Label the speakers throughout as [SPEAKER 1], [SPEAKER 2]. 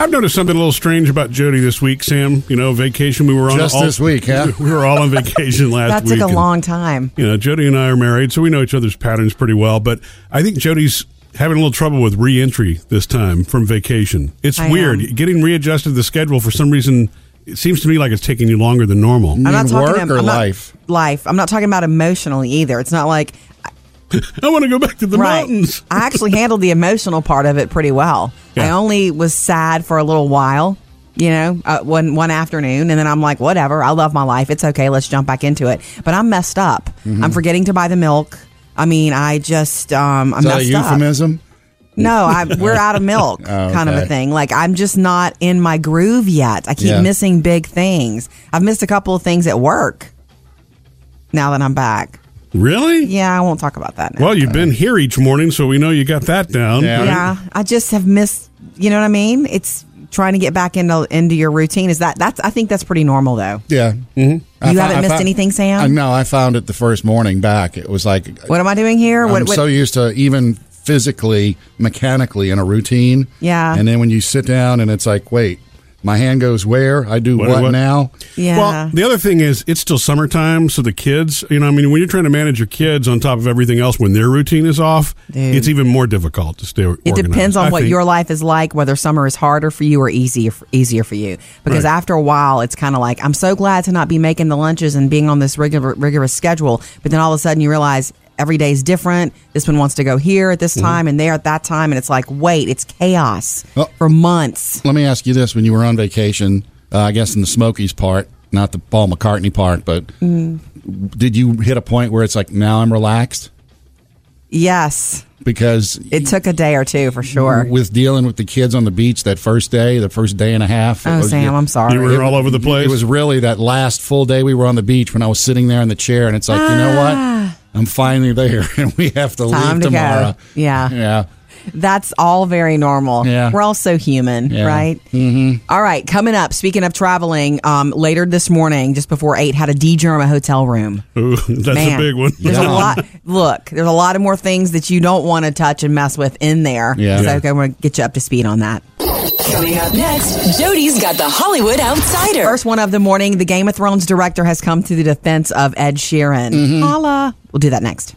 [SPEAKER 1] I've noticed something a little strange about Jody this week, Sam. You know, vacation. We were on
[SPEAKER 2] Just
[SPEAKER 1] all-
[SPEAKER 2] this week, huh?
[SPEAKER 1] We were all on vacation last
[SPEAKER 3] That
[SPEAKER 1] week.
[SPEAKER 3] took a
[SPEAKER 1] and-
[SPEAKER 3] long time.
[SPEAKER 1] you know, Jody and I are married, so we know each other's patterns pretty well. But I think Jody's having a little trouble with reentry this time from vacation. It's
[SPEAKER 3] I
[SPEAKER 1] weird
[SPEAKER 3] am.
[SPEAKER 1] getting readjusted to the schedule for some reason. It seems to me like it's taking you longer than normal.
[SPEAKER 3] I'm not
[SPEAKER 2] mean
[SPEAKER 3] talking
[SPEAKER 2] work
[SPEAKER 3] I'm
[SPEAKER 2] or
[SPEAKER 3] not-
[SPEAKER 2] life?
[SPEAKER 3] life. I'm not talking about emotionally either. It's not like
[SPEAKER 1] I want to go back to the
[SPEAKER 3] right.
[SPEAKER 1] mountains.
[SPEAKER 3] I actually handled the emotional part of it pretty well. I
[SPEAKER 1] Yeah.
[SPEAKER 3] only was sad for a little while, you know, uh, one one afternoon, and then I'm like, whatever. I love my life. It's okay. Let's jump back into it. But I'm messed up. I'm forgetting to buy the milk. I mean, I just um, I'm
[SPEAKER 2] Is that a
[SPEAKER 3] messed up.
[SPEAKER 2] euphemism?
[SPEAKER 3] No, I, we're out of milk, kind of
[SPEAKER 2] Oh,
[SPEAKER 3] a
[SPEAKER 2] okay.
[SPEAKER 3] thing. Like I'm just not in my groove yet. I keep
[SPEAKER 2] Yeah.
[SPEAKER 3] missing big things. I've missed a couple of things at work. Now that I'm back,
[SPEAKER 1] Really?
[SPEAKER 3] yeah, I won't talk about that. Now.
[SPEAKER 1] Well, you've been here each morning, so we know you got that down.
[SPEAKER 2] Yeah.
[SPEAKER 3] Yeah, I just have missed. You know what I mean? It's trying to get back into into your routine. Is that that's? I think that's pretty normal though.
[SPEAKER 2] Yeah. Mm-hmm.
[SPEAKER 3] You haven't missed anything, Sam?
[SPEAKER 2] no, I found it the first morning back. It was like
[SPEAKER 3] What am I doing here? What,
[SPEAKER 2] I'm
[SPEAKER 3] what-
[SPEAKER 2] so used to even physically, mechanically in a routine.
[SPEAKER 3] Yeah.
[SPEAKER 2] And then when you sit down and it's like, wait, my hand goes where? I do
[SPEAKER 1] What-
[SPEAKER 2] what,
[SPEAKER 1] what?
[SPEAKER 2] now?
[SPEAKER 3] yeah.
[SPEAKER 1] Well, the other thing is, it's still summertime, so the kids, you know, I mean, when you're trying to manage your kids on top of everything else when their routine is off,
[SPEAKER 3] Dude.
[SPEAKER 1] it's even more difficult to stay
[SPEAKER 3] It depends on what
[SPEAKER 1] your
[SPEAKER 3] your life is like, whether summer is harder for you or easier for, easier for you. Because
[SPEAKER 1] Right.
[SPEAKER 3] after a while, it's kind of like I'm so glad to not be making the lunches and being on this rigor- rigorous schedule. But then all of a sudden, you realize every day is different. This one wants to go here at this time and there at that time, and it's like, wait, it's chaos
[SPEAKER 2] Well-
[SPEAKER 3] for months.
[SPEAKER 2] Let me ask you this: When you were on vacation, uh, I guess in the Smokies part, not the Paul McCartney part, but
[SPEAKER 3] Mm.
[SPEAKER 2] did you hit a point where it's like, now I'm relaxed
[SPEAKER 3] Yes,
[SPEAKER 2] because
[SPEAKER 3] it took a day or two for sure.
[SPEAKER 2] with dealing with the kids on the beach that first day, the first day and a half. it
[SPEAKER 3] Oh,
[SPEAKER 2] was-
[SPEAKER 3] Sam, I'm sorry.
[SPEAKER 1] You were all over the place.
[SPEAKER 2] It was really that last full day we were on the beach when I was sitting there in the chair, and it's like, you know what? I'm finally there, and we have to
[SPEAKER 3] Ah. Time
[SPEAKER 2] leave
[SPEAKER 3] to go.
[SPEAKER 2] tomorrow.
[SPEAKER 3] Yeah.
[SPEAKER 2] yeah.
[SPEAKER 3] That's all very normal.
[SPEAKER 2] Yeah.
[SPEAKER 3] We're all so human,
[SPEAKER 2] Yeah.
[SPEAKER 3] right? Mm-hmm. right, coming up, speaking of traveling, um, later this morning, just before 8, had to de-germ a hotel room.
[SPEAKER 1] Ooh, that's
[SPEAKER 3] Man,
[SPEAKER 1] a big one.
[SPEAKER 3] There's a
[SPEAKER 2] Yeah.
[SPEAKER 3] lot. Look, there's a lot of more things that you don't want to touch and mess with in there.
[SPEAKER 2] Yeah.
[SPEAKER 3] So
[SPEAKER 2] Yeah.
[SPEAKER 3] okay, we're going to get you up to speed on that.
[SPEAKER 4] Coming up next, Jody's got the Hollywood Outsider.
[SPEAKER 3] First one of the morning, the Game of Thrones director has come to the defense of Ed Sheeran.
[SPEAKER 2] Mm-hmm.
[SPEAKER 3] Holla. We'll do that next.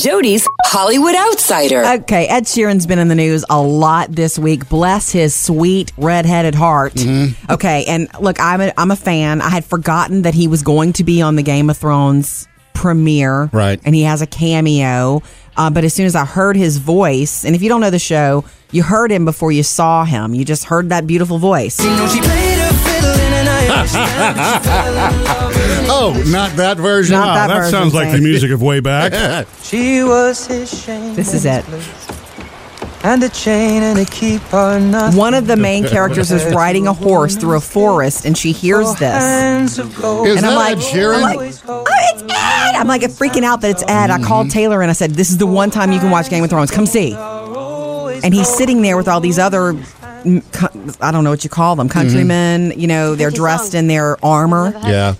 [SPEAKER 4] Jody's Hollywood Outsider.
[SPEAKER 3] Okay, Ed Sheeran's been in the news a lot this week. Bless his sweet redheaded heart. Okay, and look, I'm a, I'm a fan. I had forgotten that he was going to be on the Game of Thrones premiere,
[SPEAKER 2] Right.
[SPEAKER 3] And he has a cameo. Uh, but as soon as I heard his voice, and if you don't know the show, you heard him before you saw him. You just heard that beautiful voice.
[SPEAKER 2] Oh, not that version.
[SPEAKER 3] Not
[SPEAKER 1] Wow,
[SPEAKER 3] that
[SPEAKER 1] that
[SPEAKER 3] version,
[SPEAKER 1] sounds like the
[SPEAKER 3] Sam.
[SPEAKER 1] music of way back.
[SPEAKER 5] She was his shame.
[SPEAKER 3] This is it.
[SPEAKER 5] And a chain and a key are nothing.
[SPEAKER 3] One of the main characters is riding a horse through a forest, and she hears
[SPEAKER 5] Oh,
[SPEAKER 3] this.
[SPEAKER 5] Hands of gold.
[SPEAKER 2] Is
[SPEAKER 3] And
[SPEAKER 2] that
[SPEAKER 3] I'm like,
[SPEAKER 2] Ed Sheeran?
[SPEAKER 3] I'm like, oh, it's Ed! I'm like freaking out that it's Ed. I
[SPEAKER 2] Mm-hmm.
[SPEAKER 3] called Taylor and I said, this is the one time you can watch Game of Thrones. Come see. And he's sitting there with all these other, mm, co- I don't know what you call
[SPEAKER 2] Mm-hmm.
[SPEAKER 3] them, countrymen. You know, they're dressed in their armor.
[SPEAKER 2] yeah.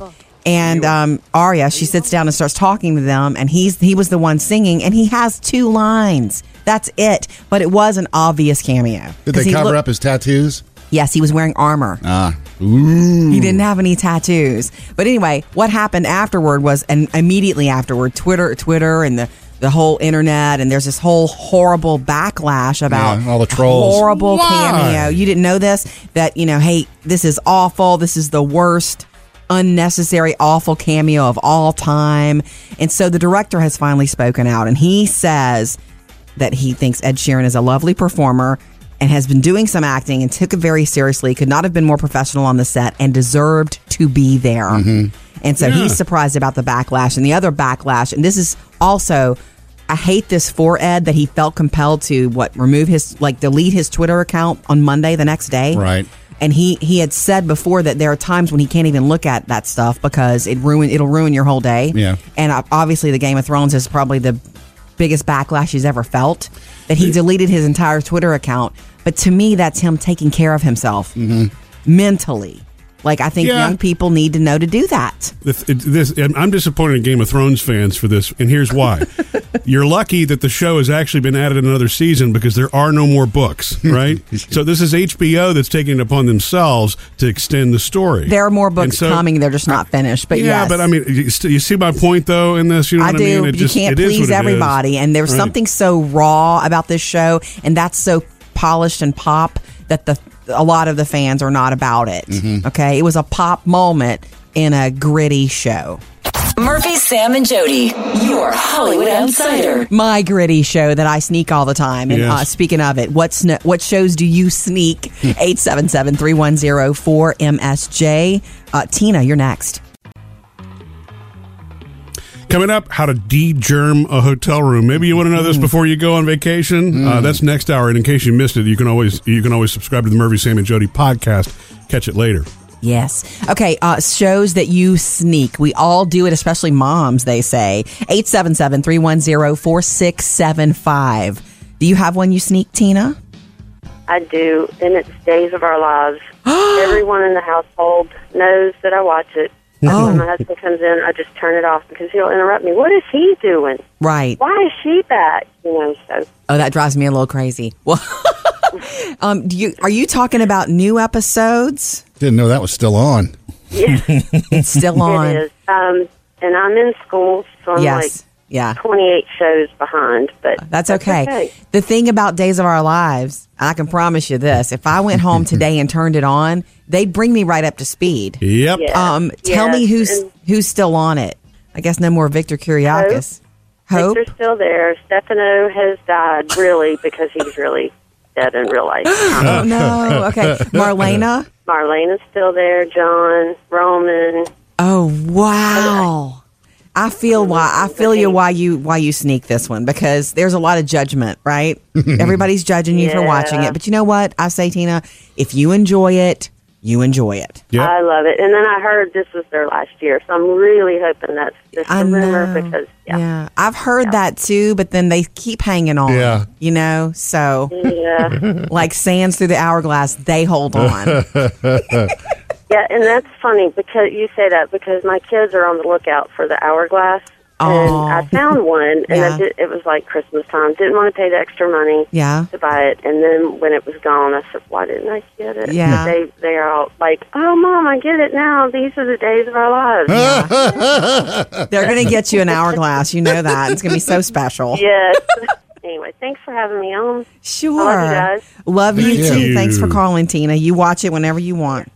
[SPEAKER 3] And um, Arya, she sits down and starts talking to them, and he's he was the one singing, and he has two lines. That's it. But it was an obvious cameo.
[SPEAKER 2] Did
[SPEAKER 3] 'Cause
[SPEAKER 2] they
[SPEAKER 3] he
[SPEAKER 2] cover
[SPEAKER 3] looked-
[SPEAKER 2] up his tattoos?
[SPEAKER 3] Yes, he was wearing armor.
[SPEAKER 2] Ah, ooh.
[SPEAKER 3] He didn't have any tattoos. But anyway, what happened afterward was, and immediately afterward, Twitter, Twitter, and the the whole internet, and there's this whole horrible backlash about
[SPEAKER 2] Yeah, all the trolls.
[SPEAKER 3] Horrible
[SPEAKER 2] Why?
[SPEAKER 3] cameo. You didn't know this? That you know, hey, this is awful. This is the worst. Unnecessary, awful cameo of all time. And so the director has finally spoken out and he says that he thinks Ed Sheeran is a lovely performer and has been doing some acting and took it very seriously, could not have been more professional on the set and deserved to be there. And so he's surprised about the backlash and the other backlash. And this is also, I hate this for Ed that he felt compelled to what, remove his, like delete his Twitter account on Monday the next day.
[SPEAKER 2] Right.
[SPEAKER 3] And he, he had said before that there are times when he can't even look at that stuff because it ruin it'll ruin your whole day.
[SPEAKER 2] Yeah.
[SPEAKER 3] And uh, obviously, the Game of Thrones is probably the biggest backlash he's ever felt. That he deleted his
[SPEAKER 2] Mm-hmm.
[SPEAKER 3] entire Twitter account. But to me, that's him taking care of himself mentally. Like I think
[SPEAKER 1] Yeah.
[SPEAKER 3] young people need to know to do that.
[SPEAKER 1] This, it- this, I'm I'm disappointed in Game of Thrones fans for this, and here's why. You're lucky that the show has actually been added another season because there are no more books, right? so this is HBO that's taking it upon themselves to extend the story.
[SPEAKER 3] There are more books
[SPEAKER 1] And so-
[SPEAKER 3] coming; they're just not finished. But
[SPEAKER 1] Yeah,
[SPEAKER 3] yes.
[SPEAKER 1] but I mean, you, st- you see my point though in this. You know
[SPEAKER 3] I
[SPEAKER 1] what
[SPEAKER 3] do.
[SPEAKER 1] I mean?
[SPEAKER 3] you
[SPEAKER 1] is what
[SPEAKER 3] can't please
[SPEAKER 1] it is.
[SPEAKER 3] everybody, and there's
[SPEAKER 1] Right.
[SPEAKER 3] something so raw about this show, and that's so polished and pop that the a lot of the fans are not about it.
[SPEAKER 1] Mm-hmm.
[SPEAKER 3] Okay, it was a pop moment in a gritty show.
[SPEAKER 4] Murphy, Sam, and Jody, your Hollywood outsider.
[SPEAKER 3] My gritty show that I sneak all the time. And
[SPEAKER 1] Yes. Hmm.
[SPEAKER 3] uh, speaking of it, what sn- what shows do you sneak? 877-310-4MSJ. Uh, Tina, you're next.
[SPEAKER 1] Coming up, how to de-germ a hotel room. Maybe you want to know
[SPEAKER 3] Mm.
[SPEAKER 1] this before you go on vacation. Uh, that's next hour. And in case you missed it, you can always you can always subscribe to the Murphy Sam and Jody podcast. Catch it later.
[SPEAKER 3] Yes. Okay. Uh, shows that you sneak. We all do it, especially moms, they say. 877 310 4675. Do you have one you sneak, Tina?
[SPEAKER 6] I do, and it's Days of Our Lives. Everyone in the household knows that I watch it.
[SPEAKER 3] Oh.
[SPEAKER 6] When my husband comes in, I just turn it off because he'll interrupt me. What is he doing?
[SPEAKER 3] Right.
[SPEAKER 6] Why is she back? You know, so
[SPEAKER 3] Oh, that drives me a little crazy. Well, um, do you, are you talking about new episodes?
[SPEAKER 2] Didn't know that was still on.
[SPEAKER 3] It's still on.
[SPEAKER 6] it is. Um, and I'm in school, so I'm
[SPEAKER 3] Yes. Yeah.
[SPEAKER 6] like 28 shows behind. But
[SPEAKER 3] That's okay. The thing about Days of Our Lives, I can promise you this if I went home today and turned it on, they'd bring me right up to speed.
[SPEAKER 1] Yep.
[SPEAKER 6] Yeah.
[SPEAKER 3] Um, tell me
[SPEAKER 6] Yes,
[SPEAKER 3] who's
[SPEAKER 6] and-
[SPEAKER 3] who's still on it. I guess no more Victor Kiriakis. Hope.
[SPEAKER 6] Victor's still there. Stefano has died, really, because he's really dead in real life.
[SPEAKER 3] Oh no. Okay, Marlena.
[SPEAKER 6] Marlena's still there. John, Roman.
[SPEAKER 3] Oh wow. I feel why I feel you why you why you sneak this one because there's a lot of judgment, right? Everybody's judging you for watching
[SPEAKER 6] Yeah.
[SPEAKER 3] it, but you know what? I say, Tina, if you enjoy it, you enjoy it.
[SPEAKER 1] Yep.
[SPEAKER 6] I love it. And then I heard this was their last year, so I'm really hoping that's just
[SPEAKER 3] I
[SPEAKER 6] a rumor
[SPEAKER 3] know.
[SPEAKER 6] because yeah,
[SPEAKER 3] Yeah, I've heard that too, but then they keep hanging on.
[SPEAKER 2] Yeah.
[SPEAKER 3] you know, so
[SPEAKER 6] yeah, yeah,
[SPEAKER 3] like sands through the hourglass, they hold on.
[SPEAKER 6] And that's funny because you say that because my kids are on the lookout for the hourglass,
[SPEAKER 3] Aw.
[SPEAKER 6] and I found one, and
[SPEAKER 3] Yeah.
[SPEAKER 6] I did, it was like Christmas time. Didn't want to pay the extra money,
[SPEAKER 3] Yeah.
[SPEAKER 6] to buy it. And then when it was gone, I said, "Why didn't I get it?"
[SPEAKER 3] Yeah.
[SPEAKER 6] they they are all like, "Oh, mom, I get it now. These are the days of our lives." Yeah.
[SPEAKER 3] They're going to get you an hourglass. You know that. It's going to be so special.
[SPEAKER 6] yes. anyway, thanks for having me on.
[SPEAKER 3] Sure.
[SPEAKER 6] I love you guys.
[SPEAKER 3] Love you
[SPEAKER 2] Thank
[SPEAKER 3] too.
[SPEAKER 1] you.
[SPEAKER 3] Thanks for calling, Tina. You watch it whenever you want.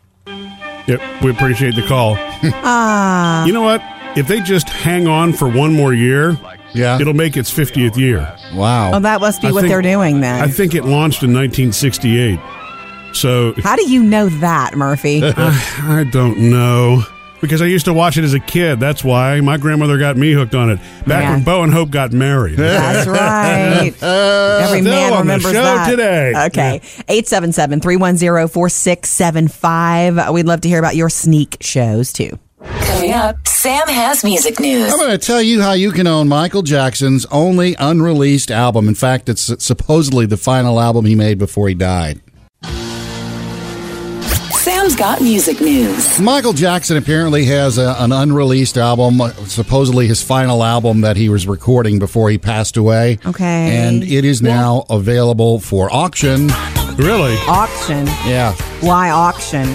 [SPEAKER 1] Yep, we appreciate the call.
[SPEAKER 3] Ah.
[SPEAKER 1] you know what? If they just hang on for one more year,
[SPEAKER 2] Yeah.
[SPEAKER 1] it'll make its 50th year.
[SPEAKER 2] wow.
[SPEAKER 3] Oh, that must be
[SPEAKER 1] I
[SPEAKER 3] what
[SPEAKER 1] think-
[SPEAKER 3] they're doing then.
[SPEAKER 1] I think it launched in 1968. So
[SPEAKER 3] How do you know that, Murphy?
[SPEAKER 1] I don't know. Because I used to watch it as a kid. That's why my grandmother got me hooked on it. Back
[SPEAKER 3] Yeah.
[SPEAKER 1] when Bo and Hope got married.
[SPEAKER 3] That's right. Every
[SPEAKER 1] still
[SPEAKER 3] man
[SPEAKER 1] on the
[SPEAKER 3] remembers
[SPEAKER 1] show
[SPEAKER 3] that.
[SPEAKER 1] today.
[SPEAKER 3] Okay. 877-310-4675. We'd love to hear about your sneak shows too.
[SPEAKER 4] Coming up, Sam has music news.
[SPEAKER 2] I'm going to tell you how you can own Michael Jackson's only unreleased album. In fact, it's supposedly the final album he made before he died.
[SPEAKER 4] Sam's got music news.
[SPEAKER 2] Michael Jackson apparently has a, an unreleased album, uh, supposedly his final album that he was recording before he passed away.
[SPEAKER 3] Okay.
[SPEAKER 2] And it is now available for auction.
[SPEAKER 1] Really?
[SPEAKER 3] Auction.
[SPEAKER 2] Yeah.
[SPEAKER 3] Why auction?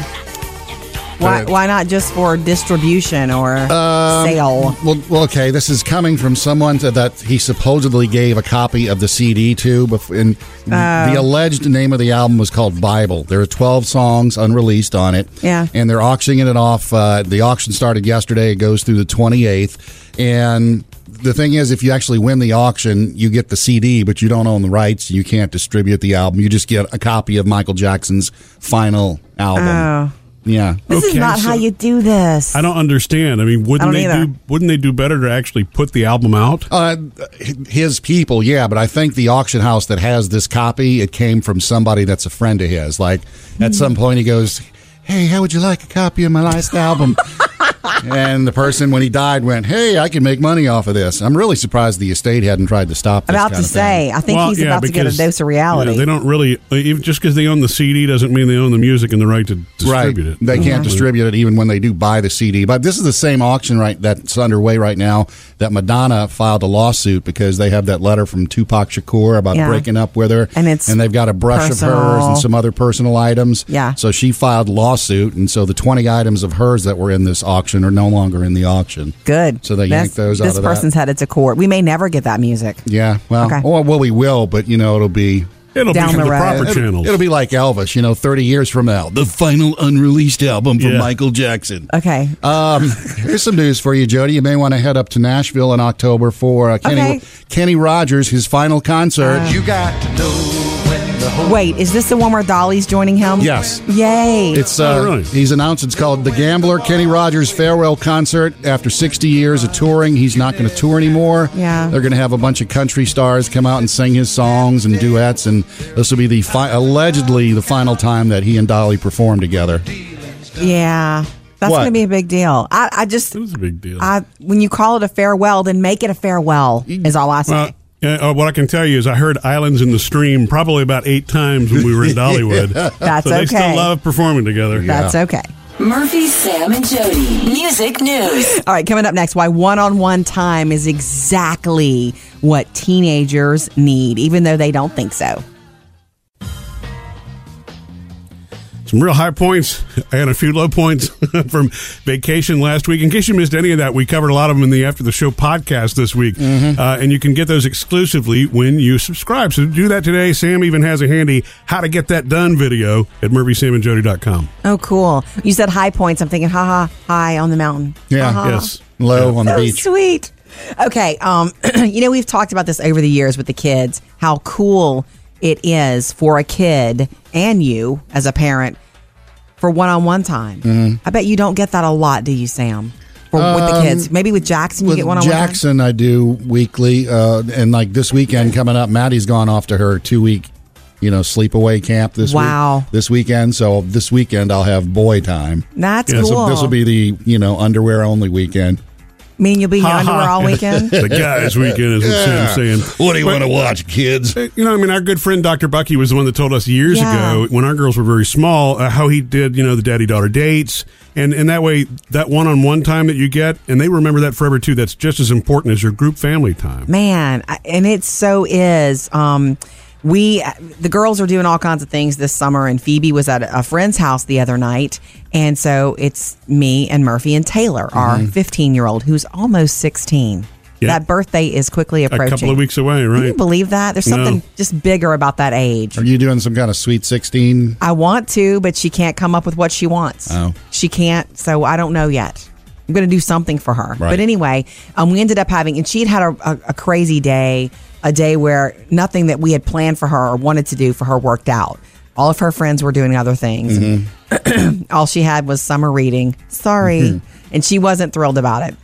[SPEAKER 3] Why
[SPEAKER 2] Uh,
[SPEAKER 3] why not just for distribution or
[SPEAKER 1] um,
[SPEAKER 3] sale?
[SPEAKER 2] Well, well, okay. This is coming from someone to, that he supposedly gave a copy of the CD to. Before, and
[SPEAKER 3] Oh.
[SPEAKER 2] the alleged name of the album was called Bible. There are twelve songs unreleased on it.
[SPEAKER 3] Yeah.
[SPEAKER 2] and they're auctioning it off. Uh, the auction started yesterday. It goes through the twenty eighth, and. The thing is, if you actually win the auction, you get the CD, but you don't own the rights. You can't distribute the album. You just get a copy of Michael Jackson's final album.
[SPEAKER 3] Oh.
[SPEAKER 2] Yeah.
[SPEAKER 3] This is
[SPEAKER 1] Okay,
[SPEAKER 3] not how
[SPEAKER 1] so-
[SPEAKER 3] you do this.
[SPEAKER 1] I don't understand. I mean, wouldn't
[SPEAKER 3] I don't
[SPEAKER 1] they
[SPEAKER 3] either.
[SPEAKER 1] do wouldn't they do better to actually put the album out?
[SPEAKER 2] Uh, his people, yeah, but I think the auction house that has this copy, it came from somebody that's a friend of his. Like at some point, he goes, "Hey, how would you like a copy of my last album?" and the person, when he died, went, "Hey, I can make money off of this." I'm really surprised the estate hadn't tried to stop. This kind
[SPEAKER 3] about to
[SPEAKER 2] of thing.
[SPEAKER 3] say, I think
[SPEAKER 1] Well,
[SPEAKER 3] he's
[SPEAKER 1] yeah,
[SPEAKER 3] about to get a
[SPEAKER 1] because,
[SPEAKER 3] dose of
[SPEAKER 1] you know,
[SPEAKER 3] reality.
[SPEAKER 1] they don't really even just because they own the CD doesn't mean they own the music and the right to distribute
[SPEAKER 2] right.
[SPEAKER 1] it. Mm-hmm.
[SPEAKER 2] They
[SPEAKER 3] Uh-huh.
[SPEAKER 2] can't distribute it even when they do buy the CD. But this is the same auction right that's underway right now that Madonna filed a lawsuit because they have that letter from Tupac Shakur about
[SPEAKER 3] Yeah.
[SPEAKER 2] breaking up with her,
[SPEAKER 3] And it's
[SPEAKER 2] they've got a brush of hers
[SPEAKER 3] personal.
[SPEAKER 2] and some other personal items.
[SPEAKER 3] Yeah.
[SPEAKER 2] So she filed lawsuit, and so the twenty items of hers that were in this auction are no longer in the auction.
[SPEAKER 3] Good.
[SPEAKER 2] So they
[SPEAKER 3] That's-
[SPEAKER 2] yanked those out
[SPEAKER 3] This
[SPEAKER 2] of that.
[SPEAKER 3] person's headed to court. We may never get that music.
[SPEAKER 2] Yeah. Well, oh,
[SPEAKER 3] Okay.
[SPEAKER 2] well, well, we will, but you know it'll be.
[SPEAKER 1] It'll
[SPEAKER 3] Down
[SPEAKER 1] be
[SPEAKER 3] the
[SPEAKER 1] for the
[SPEAKER 3] road.
[SPEAKER 1] proper
[SPEAKER 2] it'll-
[SPEAKER 1] channels.
[SPEAKER 2] It'll be like Elvis, you know, 30 years from now, the final unreleased album from
[SPEAKER 1] Yeah.
[SPEAKER 2] Michael Jackson.
[SPEAKER 3] Okay.
[SPEAKER 1] Uh,
[SPEAKER 2] Um, here's some news for you, Jody. You may want to head up to Nashville in October for uh, Kenny
[SPEAKER 3] Okay.
[SPEAKER 2] Kenny Rogers, his final concert.
[SPEAKER 7] Uh. You got to know when the whole
[SPEAKER 3] Wait, is this the one where Dolly's joining him?
[SPEAKER 2] Yes.
[SPEAKER 3] Yay.
[SPEAKER 2] It's uh,
[SPEAKER 1] Oh, really?
[SPEAKER 2] he's announced it's called the Gambler Kenny Rogers farewell concert. After 60 years of touring, he's not going to tour anymore.
[SPEAKER 3] Yeah.
[SPEAKER 2] they're going to have a bunch of country stars come out and sing his songs and duets, and this will be the fi- allegedly the final time that he and Dolly perform together.
[SPEAKER 3] yeah. That's
[SPEAKER 2] What?
[SPEAKER 3] going to be a big deal. I, I just,
[SPEAKER 1] it was a big deal.
[SPEAKER 3] I when you call it a farewell, then make it a farewell, is all I say.
[SPEAKER 1] Well, yeah, uh, what I can tell you is I heard Islands in the Stream probably about eight times when we were in Dollywood.
[SPEAKER 3] That's
[SPEAKER 1] so they
[SPEAKER 3] okay.
[SPEAKER 1] still love performing together.
[SPEAKER 3] That's okay.
[SPEAKER 4] Murphy, Sam, and Jody. Music news.
[SPEAKER 3] All right, coming up next, why one on one time is exactly what teenagers need, even though they don't think so.
[SPEAKER 1] Some real high points and a few low points from vacation last week. In case you missed any of that, we covered a lot of them in the After the Show podcast this week. Uh, and you can get those exclusively when you subscribe. So do that today. Sam even has a handy how to get that done video at murphysamandjody.com.
[SPEAKER 3] Oh, cool. You said high points. I'm thinking, haha, high on the mountain.
[SPEAKER 2] Yeah,
[SPEAKER 7] Uh-huh.
[SPEAKER 3] Ha, ha, ha.
[SPEAKER 1] Yes.
[SPEAKER 2] low on the
[SPEAKER 3] so
[SPEAKER 2] beach.
[SPEAKER 3] sweet. Okay, um, you know we've talked about this over the years with the kids. How cool it is for a kid and you as a parent for one-on-one time.
[SPEAKER 2] Mm-hmm.
[SPEAKER 3] I bet you don't get that a lot, do you, Sam? For, with the kids, maybe with Jackson,
[SPEAKER 2] Um,
[SPEAKER 3] you
[SPEAKER 2] With
[SPEAKER 3] get one-on-one. time?
[SPEAKER 2] Jackson, I do weekly, uh, and like this weekend coming up, Maddie's gone off to her two week, you know, sleepaway camp this
[SPEAKER 3] Wow.
[SPEAKER 2] week, this weekend. So this weekend I'll have boy time.
[SPEAKER 3] That's
[SPEAKER 1] Yeah,
[SPEAKER 3] cool.
[SPEAKER 1] so
[SPEAKER 2] So this will be the you know underwear only weekend.
[SPEAKER 3] mean you'll be in your
[SPEAKER 1] Ha, ha.
[SPEAKER 3] underwear all weekend.
[SPEAKER 1] the guys' weekend is what Sam's saying.
[SPEAKER 2] What do you want to watch, kids?
[SPEAKER 1] You know, I mean, our good friend Dr. Bucky was the one that told us years
[SPEAKER 3] Yeah.
[SPEAKER 1] ago when our girls were very small uh, how he did, you know, the daddy daughter dates. And, and that way, that one on one time that you get, and they remember that forever too, that's just as important as your group family time.
[SPEAKER 3] Man, I- and it so is. Um, we the girls are doing all kinds of things this summer, and Phoebe was at a friend's house the other night, and so it's me and Murphy and Taylor, our fifteen-year-old who's almost sixteen.
[SPEAKER 1] Mm-hmm. Yeah.
[SPEAKER 3] That birthday is quickly
[SPEAKER 1] A
[SPEAKER 3] approaching.
[SPEAKER 1] couple of weeks away,
[SPEAKER 3] Can you
[SPEAKER 1] right?
[SPEAKER 3] believe that? There's something
[SPEAKER 1] No.
[SPEAKER 3] just bigger about that age.
[SPEAKER 2] Are you doing some kind of sweet sixteen?
[SPEAKER 3] I want to, but she can't come up with what she wants.
[SPEAKER 2] Oh.
[SPEAKER 3] She can't, so I don't know yet. I'm going to do something for her.
[SPEAKER 2] Right.
[SPEAKER 3] But anyway, um, we ended up having, and she had had a, a, a crazy day, a day where nothing that we had planned for her or wanted to do for her worked out. All of her friends were doing other things.
[SPEAKER 2] Mm-hmm.
[SPEAKER 3] All she had was summer reading. Sorry. and she wasn't thrilled about it.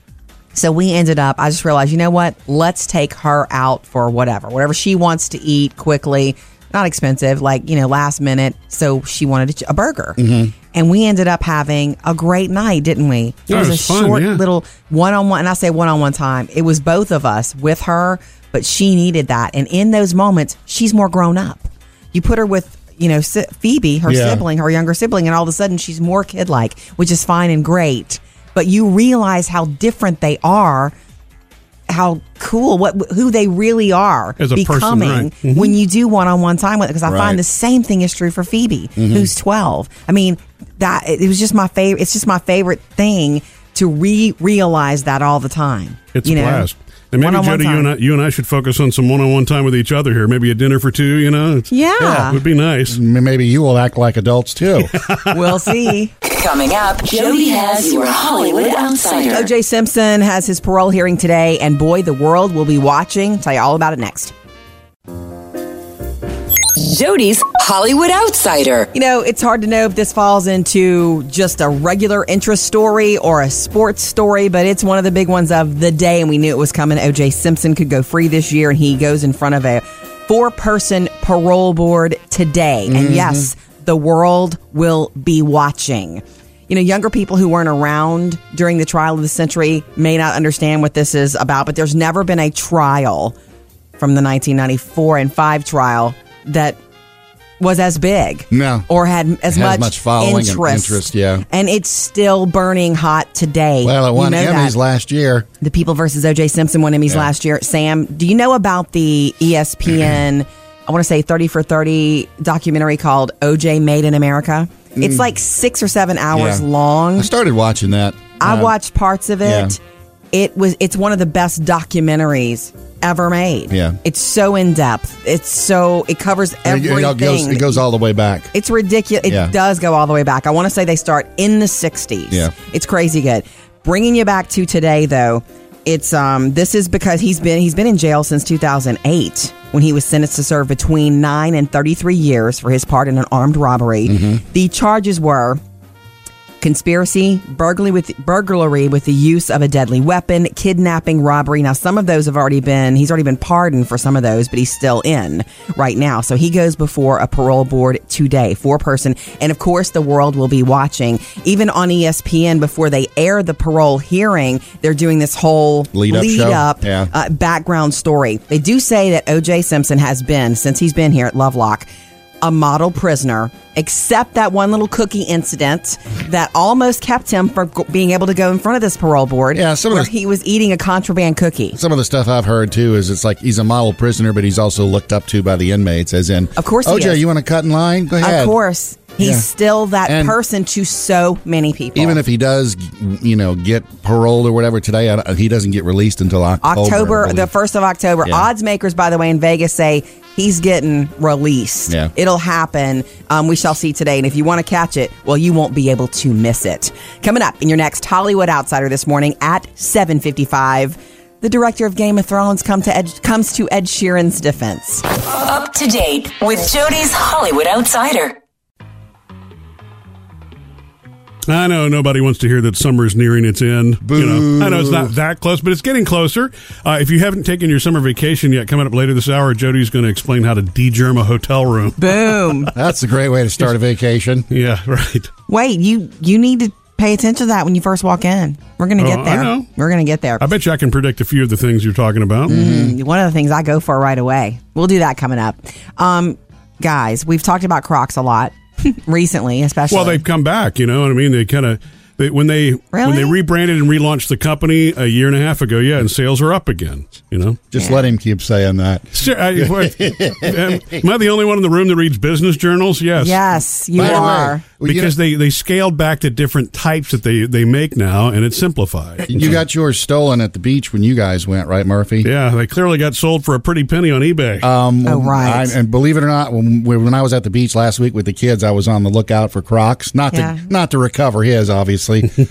[SPEAKER 3] So we ended up, I just realized, you know what? Let's take her out for whatever, whatever she wants to eat quickly, not expensive, like, you know, last minute. So she wanted a, ch- a burger. And we ended up having a great night, didn't we?
[SPEAKER 1] Mm-hmm. Yeah, it
[SPEAKER 3] a
[SPEAKER 1] was fun,
[SPEAKER 3] short
[SPEAKER 1] yeah.
[SPEAKER 3] little one on one. And I say one on one time. It was both of us with her, but she needed that. And in those moments, she's more grown up. You put her with, you know, si- Phoebe, her
[SPEAKER 2] Yeah.
[SPEAKER 3] sibling, her younger sibling, and all of a sudden she's more kid like, which is fine and great. But you realize how different they are, how cool, what who they really are
[SPEAKER 1] As a person,
[SPEAKER 3] becoming
[SPEAKER 1] right. Mm-hmm.
[SPEAKER 3] when you do one on one time with. Because I
[SPEAKER 2] Right.
[SPEAKER 3] find the same thing is true for Phoebe,
[SPEAKER 1] Mm-hmm.
[SPEAKER 3] who's twelve. I mean, that it was just my favorite. It's just my favorite thing to re realize that all the time.
[SPEAKER 1] It's
[SPEAKER 3] you
[SPEAKER 1] a
[SPEAKER 3] know?
[SPEAKER 1] blast. And maybe,
[SPEAKER 3] One-on-one
[SPEAKER 1] Jody, you and, I,
[SPEAKER 3] time.
[SPEAKER 1] you and I should focus on some one on one time with each other here. Maybe a dinner for two, you know? It's-
[SPEAKER 3] Yeah.
[SPEAKER 1] Would be nice.
[SPEAKER 2] M- Maybe you will act like adults too.
[SPEAKER 3] we'll see.
[SPEAKER 4] Coming up, Jody has your Hollywood Outsider.
[SPEAKER 3] OJ Simpson has his parole hearing today, and boy, the world will be watching. Tell you all about it next.
[SPEAKER 4] Jody's Hollywood Outsider.
[SPEAKER 3] You know, it's hard to know if this falls into just a regular interest story or a sports story, but it's one of the big ones of the day, and we knew it was coming. OJ Simpson could go free this year, and he goes in front of a four person parole board today. And yes, the world will be watching. you know, younger people who weren't around during the trial of the century may not understand what this is about, but there's never been a trial from the 1994 and 5 trial that was as big
[SPEAKER 2] No.
[SPEAKER 3] or had as
[SPEAKER 2] Had
[SPEAKER 3] much,
[SPEAKER 2] much following and
[SPEAKER 3] interest.
[SPEAKER 2] interest, yeah.
[SPEAKER 3] and it's still burning hot today
[SPEAKER 2] Well, I
[SPEAKER 3] You
[SPEAKER 2] won
[SPEAKER 3] know
[SPEAKER 2] Emmys
[SPEAKER 3] that.
[SPEAKER 2] last year.
[SPEAKER 3] the people versus OJ Simpson won Emmys last year. Sam, do you know about the E ESPN? I want to say thirty for thirty documentary called OJ Made in America. It's like six or seven hours
[SPEAKER 2] Mm. Yeah. I
[SPEAKER 3] long.
[SPEAKER 2] started watching that.
[SPEAKER 3] I
[SPEAKER 2] Uh,
[SPEAKER 3] watched parts of it.
[SPEAKER 2] yeah.
[SPEAKER 3] It was it's one of the best documentaries ever made.
[SPEAKER 2] Yeah.
[SPEAKER 3] it's so in depth. It's so it covers
[SPEAKER 2] It,
[SPEAKER 3] everything.
[SPEAKER 2] it all goes, it goes all the way back.
[SPEAKER 3] It's ridiculous. It
[SPEAKER 2] Yeah.
[SPEAKER 3] does go all the way back. I want to say they start in the 60s.
[SPEAKER 2] Yeah.
[SPEAKER 3] It's crazy good. Bringing you back to today though, it's um this is because he's been he's been in jail since 2008 when he was sentenced to serve between 9 and 33 years for his part in an armed robbery.
[SPEAKER 2] Mm-hmm.
[SPEAKER 3] The charges were conspiracy, burglary with burglary with the use of a deadly weapon, kidnapping, robbery. Now some of those have already been he's already been pardoned for some of those, but he's still in right now. So he goes before a parole board today, four person, and of course the world will be watching. Even on E ESPN before they air the parole hearing, they're doing this whole
[SPEAKER 2] Lead up show?
[SPEAKER 3] up,
[SPEAKER 2] Yeah.
[SPEAKER 3] uh, background story. They do say that O.J. Simpson has been, since he's been here at Lovelock, a model prisoner, except that one little cookie incident that almost kept him from go- being able to go in front of this parole board.
[SPEAKER 2] Yeah, some of
[SPEAKER 3] where
[SPEAKER 2] the-
[SPEAKER 3] he was eating a contraband cookie.
[SPEAKER 2] Some of the stuff I've heard too is it's like he's a model prisoner, but he's also looked up to by the inmates, as in,
[SPEAKER 3] Of course he
[SPEAKER 2] OJ,
[SPEAKER 3] is.
[SPEAKER 2] you want to cut in line? Go ahead.
[SPEAKER 3] Of course, he's
[SPEAKER 2] Yeah.
[SPEAKER 3] still that
[SPEAKER 2] And-
[SPEAKER 3] person to so many people.
[SPEAKER 2] Even if he does, you know, get paroled or whatever today, I don't- he doesn't get released until October. I
[SPEAKER 3] October,
[SPEAKER 2] believe.
[SPEAKER 3] the first of October.
[SPEAKER 2] Yeah.
[SPEAKER 3] Odds makers, by the way, in Vegas say he's getting released.
[SPEAKER 2] Yeah.
[SPEAKER 3] It'll happen. Um, we shall see today. And if you want to catch it, well, you won't be able to miss it. Coming up in your next Hollywood Outsider this morning at seven fifty-five. The director of Game of Thrones come to Ed, comes to Ed Sheeran's defense.
[SPEAKER 4] Up to date with Jody's Hollywood Outsider.
[SPEAKER 1] I know nobody wants to hear that summer is nearing its end. You know, I know it's not that close, but it's getting closer. Uh, if you haven't taken your summer vacation yet, coming up later this hour, Jody's going to explain how to degerm a hotel room.
[SPEAKER 3] Boom!
[SPEAKER 2] That's a great way to start a vacation.
[SPEAKER 1] yeah, right.
[SPEAKER 3] Wait, you you need to pay attention to that when you first walk in. We're gonna
[SPEAKER 1] Oh, I
[SPEAKER 3] get there.
[SPEAKER 1] know.
[SPEAKER 3] We're gonna get there.
[SPEAKER 1] I bet you I can predict a few of the things you're talking about.
[SPEAKER 3] one of the things I go for right away. We'll do that coming up. Um, guys, we've talked about Crocs a lot recently, especially.
[SPEAKER 1] Well, they've come back. You know what I mean? They kind of they, when they when they
[SPEAKER 3] Really?
[SPEAKER 1] rebranded and relaunched the company a year and a half ago. Yeah, and sales are up again. You know,
[SPEAKER 2] Just let him keep saying that.
[SPEAKER 1] Ser- I- what- am, am I the only one in the room that reads business journals? Yes.
[SPEAKER 3] yes, you
[SPEAKER 2] By the way,
[SPEAKER 3] are.
[SPEAKER 2] well, you
[SPEAKER 1] Because they, they scaled back the different types that they, they make now, and it's simplified.
[SPEAKER 2] You got yours stolen at the beach when you guys went, right, Murphy?
[SPEAKER 1] Yeah, they clearly got sold for a pretty penny on eBay.
[SPEAKER 2] Um,
[SPEAKER 3] Oh, right.
[SPEAKER 2] I- and believe it or not, when when I was at the beach last week with the kids, I was on the lookout for Crocs. Not
[SPEAKER 3] Yeah.
[SPEAKER 2] to not to recover his, obviously, but
[SPEAKER 3] Why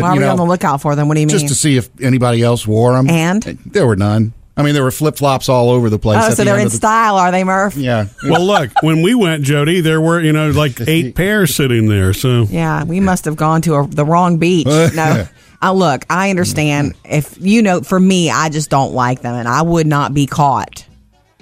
[SPEAKER 3] are
[SPEAKER 2] you
[SPEAKER 3] we
[SPEAKER 2] know,
[SPEAKER 3] on the lookout for them? What do you mean?
[SPEAKER 2] just to see if anybody else wore them.
[SPEAKER 3] And?
[SPEAKER 2] there were none. I mean, there were flip flops all over the place.
[SPEAKER 3] oh,
[SPEAKER 2] at
[SPEAKER 3] so
[SPEAKER 2] the
[SPEAKER 3] they're
[SPEAKER 2] end
[SPEAKER 3] in
[SPEAKER 2] of the-
[SPEAKER 3] style, are they, Murph?
[SPEAKER 2] Yeah.
[SPEAKER 1] well, look, when we went, Jody, there were you know like eight pairs sitting there. So
[SPEAKER 3] Yeah, we must have gone to a, the wrong beach.
[SPEAKER 2] Uh,
[SPEAKER 3] No. I look, I understand.
[SPEAKER 2] Mm-hmm.
[SPEAKER 3] If you know, for me, I just don't like them, and I would not be caught